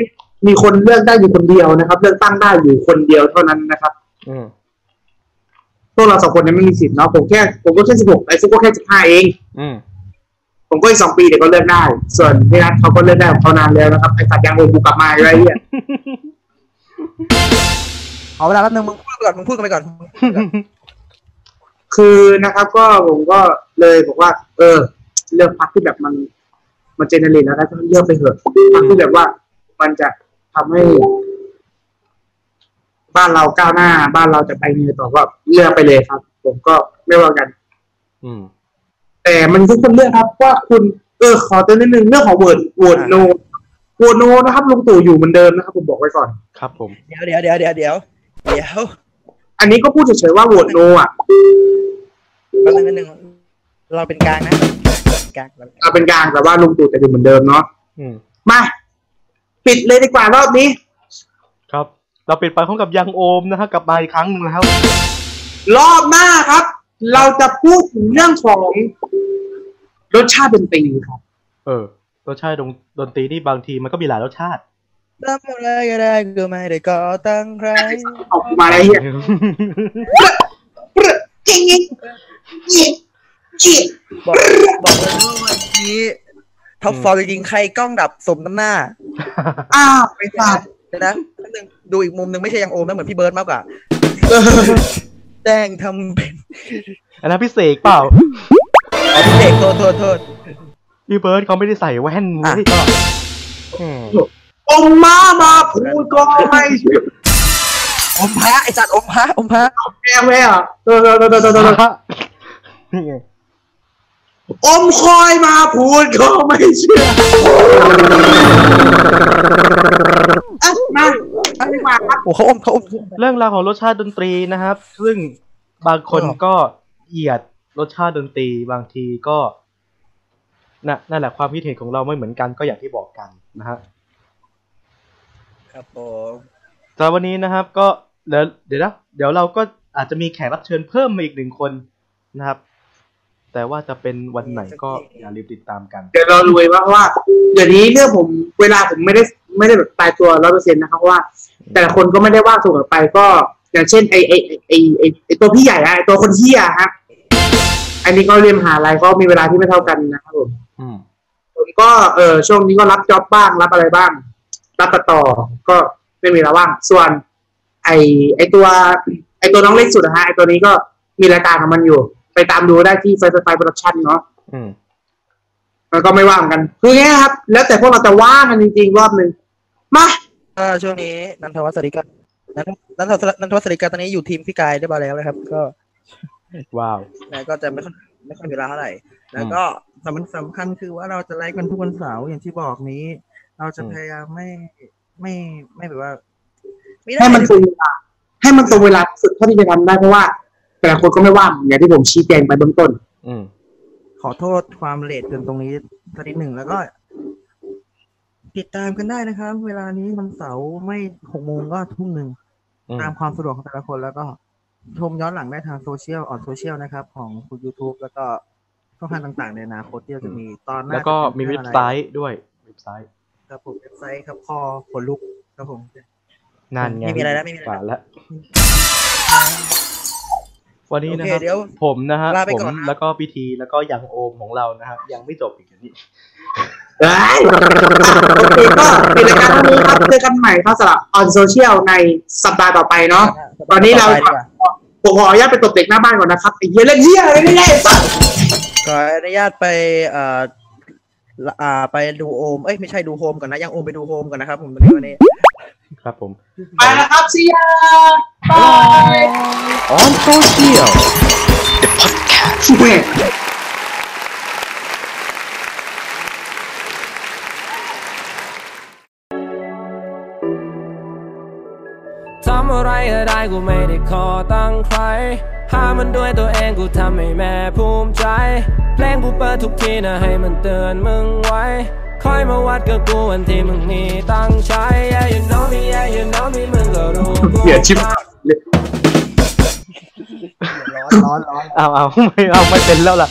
Speaker 2: มีคนเลือกได้อยู่คนเดียวนะครับ เลือกตั้งได้อยู่คนเดียวเท่านั้นนะครับ
Speaker 1: อืม
Speaker 2: พวกเราสองคนนั้นไม่มีสิทธิ์เนาะผมแค่ผมก็แค่สิบหกไอ้ฟุกก็แค่สิบห้าเอง
Speaker 1: อืม
Speaker 2: ผมก็อีกสองปีเดี๋ยวก็เลิกได้ ส่วนพี่นัทเขาก็เลิกได้ของเขานานแล้วนะครับไอ้สัตว์ยังโอกูกลับมาอะไรเนี่ย
Speaker 4: ขอเวลาแป๊บนึงมึง
Speaker 3: พูดก่อนมึงพูดกันไปก่อน
Speaker 2: คือนะครับ ก็ผมก็เลยบอกว่า เออ เลือกพักที่แบบมัน มันเจเนเรตแล้วนะก็เลือกไปเถอะพักที่แบบว่า มันจะทำให้ บ้านเราก้าวหน้า บ้านเราจะไปมีต่อก็เลือกไปเลยครับ ผมก็ไม่ว่ากัน
Speaker 1: อืม
Speaker 2: แต่มันคือคนเลือกครับว่าคุณเออขอเตือนนิดนึงเรื่องของเวิร์ดโหวตโนโหวตโนนะครับลุงตู่อยู่เหมือนเดิมนะครับ ผมบอกไว้ก่อน
Speaker 1: ครับผม
Speaker 3: เดี๋ยวเดี๋ยวเดี๋ยวเดี๋ยวเดี๋ยวเดี๋ยว
Speaker 2: อันนี้ก็พูดเฉยๆว่าโหวตโนอ่ะ
Speaker 3: แป๊บนึงแป๊บนึงเราเป็นกลางนะกลางเราเป็นกลาง
Speaker 2: เอาเป็นกลางแต่ว่าลุงตู่จะอยู่เหมือนเดิมเนาะ
Speaker 1: อืม
Speaker 2: มาปิดเลยดีกว่ารอบนี้
Speaker 1: ครับ เราปิดไปพร้อมกับยังโอมนะฮะกลับมาอีกครั้งหนึ่งแล้ว
Speaker 2: รอบหน้าครับ เราจะพูดถึงเรื่องของรสชาติดนตรีครับ
Speaker 1: เออรสชาติดนดนตรีนี่บางทีมันก็มีหลายรสชาติ
Speaker 3: ทำอะไรก็ได้ก็ไม่ได้ก่อตั้งใคร
Speaker 2: ออกมาแล้วเฮียจริงจริงจริง
Speaker 3: บอกบอกเลยว่าวันนี้ท็อปฟอร์จริงๆใครกล้องดับสมน้ำหน้า
Speaker 2: อ้าวไปสัตว์
Speaker 3: เดี๋ยวนะแป๊บนึงดูอีกมุมหนึ่งไม่ใช่ยังโอมนะเหมือนพี่เบิร์ดมากกว่าแจ้งทำเป็น
Speaker 1: (laughs) อันนั้นพี่เสกเปล่า
Speaker 3: อ๋อพี่เด็กโทษโทษโทษ
Speaker 1: พี่เบิร์ดเขาไม่ได้ใส่แว่นเว้ยอืม
Speaker 2: องค์มามาพูดก็ไม่เชื่อ
Speaker 3: อมพระไอสัตว์อมพระอมพระ
Speaker 2: แม่แม่อะเออเออเออเออเออเอออมคอยมาพูดก็ไม่เชื่ออ่ะมาอันนี้มาครับ
Speaker 3: โอ้เขาอมเขาอม
Speaker 1: เรื่องราวของรสชาติดนตรีนะครับ ซึ่งบางคน
Speaker 3: ครับ
Speaker 1: ก็เหยียดรสชาติดนตรีบางทีก็น่ะนั่นแหละความคิดเห็นของเราไม่เหมือนกันก็อย่างที่บอกกันนะฮะ
Speaker 3: ครับผม
Speaker 1: สำหรับวันนี้นะครับก็เดี๋ยวเดี๋ยวนะเดี๋ยวเราก็อาจจะมีแขกรับเชิญเพิ่มมาอีกหนึ่งคนนะครับ แต่ว่าจะเป็นวันไหนก็อย่าลืมติดตามกัน
Speaker 2: เดี๋ยวเรารวยมากเพราะว่าเดี๋ยวนี้เรื่องผมเวลาผมไม่ได้ไม่ได้แบบตายตัวร้อยเปอร์เซ็นต์นะครับเพราะว่า แต่ละคนก็ไม่ได้ว่างเสมอไปก็ อย่างเช่นไอไอไอไอไอตัวพี่ใหญ่อะไอตัวคนเที่ยฮะอันนี้ก็เรียนมหาลัยก็มีเวลาที่ไม่เท่ากันนะครับผม
Speaker 1: อืม
Speaker 2: ผมก็เออช่วงนี้ก็รับจ็อบบ้างรับอะไรบ้าง รับตัดต่อก็ไม่มีเวลาว่างส่วน ไอไอตัว ไอตัวน้องเล็กสุดนะฮะไอตัวนี้ก็มีรายการของมันอยู่ ไปตามดูได้ที่ไฟไฟโปรดักชั่นเนาะ
Speaker 1: อืม
Speaker 2: มันก็ไม่ว่างกัน คือไงครับ แล้วแต่พวกเราจะว่างกันจริงๆ รอบหนึ่งมา
Speaker 3: ก็ช่วงนี้นันทวัฒน์สริกานันทนันทวัฒน์นันทวัฒน์สริกาตอนนี้อยู่ทีมพี่กายเรียบร้อยแล้วนะครับ ก็
Speaker 1: ว้าว
Speaker 3: นะก็จะไม่ค่อยไม่ค่อยมีเวลาเท่าไหร่ แล้วก็สำคัญสำคัญคือว่าเราจะไลฟ์กันทุกวันเสาร์อย่างที่บอกนี้ เราจะ
Speaker 1: อืม
Speaker 3: พยายามไม่ไม่ไม่แบบว่าไได้
Speaker 2: ให้มันตรงเวลา ให้มันตรงเวลาที่สุดเท่าที่จะทำได้เพราะว่า แต่ละคนก็ไม่ว่างอย่างที่ผมชี้แจงไปเบื้องต้น
Speaker 1: อืม
Speaker 3: ขอโทษความเลทเกินตรงนี้สักนิดหนึ่งแล้วก็
Speaker 4: ติดตามกันได้นะครับ เวลานี้วันเสาร์ไม่หกโมงก็ทุ่มหนึ่ง
Speaker 1: อืม
Speaker 4: ตามความสะดวกของแต่ละคนแล้วก็ชมย้อนหลังได้ทางโซเชียลออนโซเชียลนะครับ ของคุณ YouTube แล้วก็ช่องทางต่างๆ ในอนาคตที่เราจะมีตอนหน้า
Speaker 1: แล้วก็
Speaker 4: จะเป็น
Speaker 1: มี
Speaker 4: เรื่
Speaker 1: เว็
Speaker 4: อง
Speaker 1: บ
Speaker 4: อะร
Speaker 1: ไซต์ด้วยเว็บไซต์
Speaker 4: ครับผมเว็บไซต์ครับคอขนลุกครับผม
Speaker 1: นานไง
Speaker 4: ไม่มีอะไรแล้วไม่มีอะไรแล้ว
Speaker 1: ป่าละวันนี้
Speaker 3: โอ
Speaker 1: นะ
Speaker 3: เค
Speaker 1: ครับ
Speaker 3: เดี๋ยว
Speaker 1: ผมนะฮะ
Speaker 3: ลาไป
Speaker 1: ผม
Speaker 3: ก่อนนะ
Speaker 1: แล้วก็พิธีแล้วก็ยังโอมของเรานะครับยังไม่จบอีกอย่างนี้
Speaker 2: เอ้ยโอเคก็ปิดรายการเท่านี้ครับเจอกันใหม่ครับสำหรับออนโซเชียลในสัปดาห์ต่อไปเนาะ ตอนนี้เรา
Speaker 3: ต่ไปดีกว่
Speaker 2: ผมขออนุญาตไปตบเด็กหน้าบ้านก่อนนะครับไอ้เหี้ยเล่นเหี้ยอะไรไม่ได้ไอ้สัส
Speaker 3: ขออนุญาตไปเอ่อละอ่าไปดูโอม เอ้ยไม่ใช่ดูโฮมก่อนนะยังโอมไปดูโฮมก่อนนะครับผมตอน
Speaker 1: (coughs)
Speaker 3: นี้วันนี้
Speaker 1: ครับผม
Speaker 2: ไปแล้วครับ see ya bye
Speaker 3: on social
Speaker 2: Super.
Speaker 5: ทำอะไรก็ได้กูไม่ได้ขอตั้งค์ใคร หามันด้วยตัวเองกูทำให้แม่ภูมิใจ เพลงกูเปิดทุกทีนะให้มันเตือนมึงไว้ คอยมาวัดกับกูวันที่มึงมีตั้งค์ใช้ yeah you know me yeah you know me มึงก็รู้กู
Speaker 2: เดี๋ยวชิบ
Speaker 4: ร้อนร้อนร้อน
Speaker 1: เอาเอาไม่เอาไม่เป็นแล้วล่ะ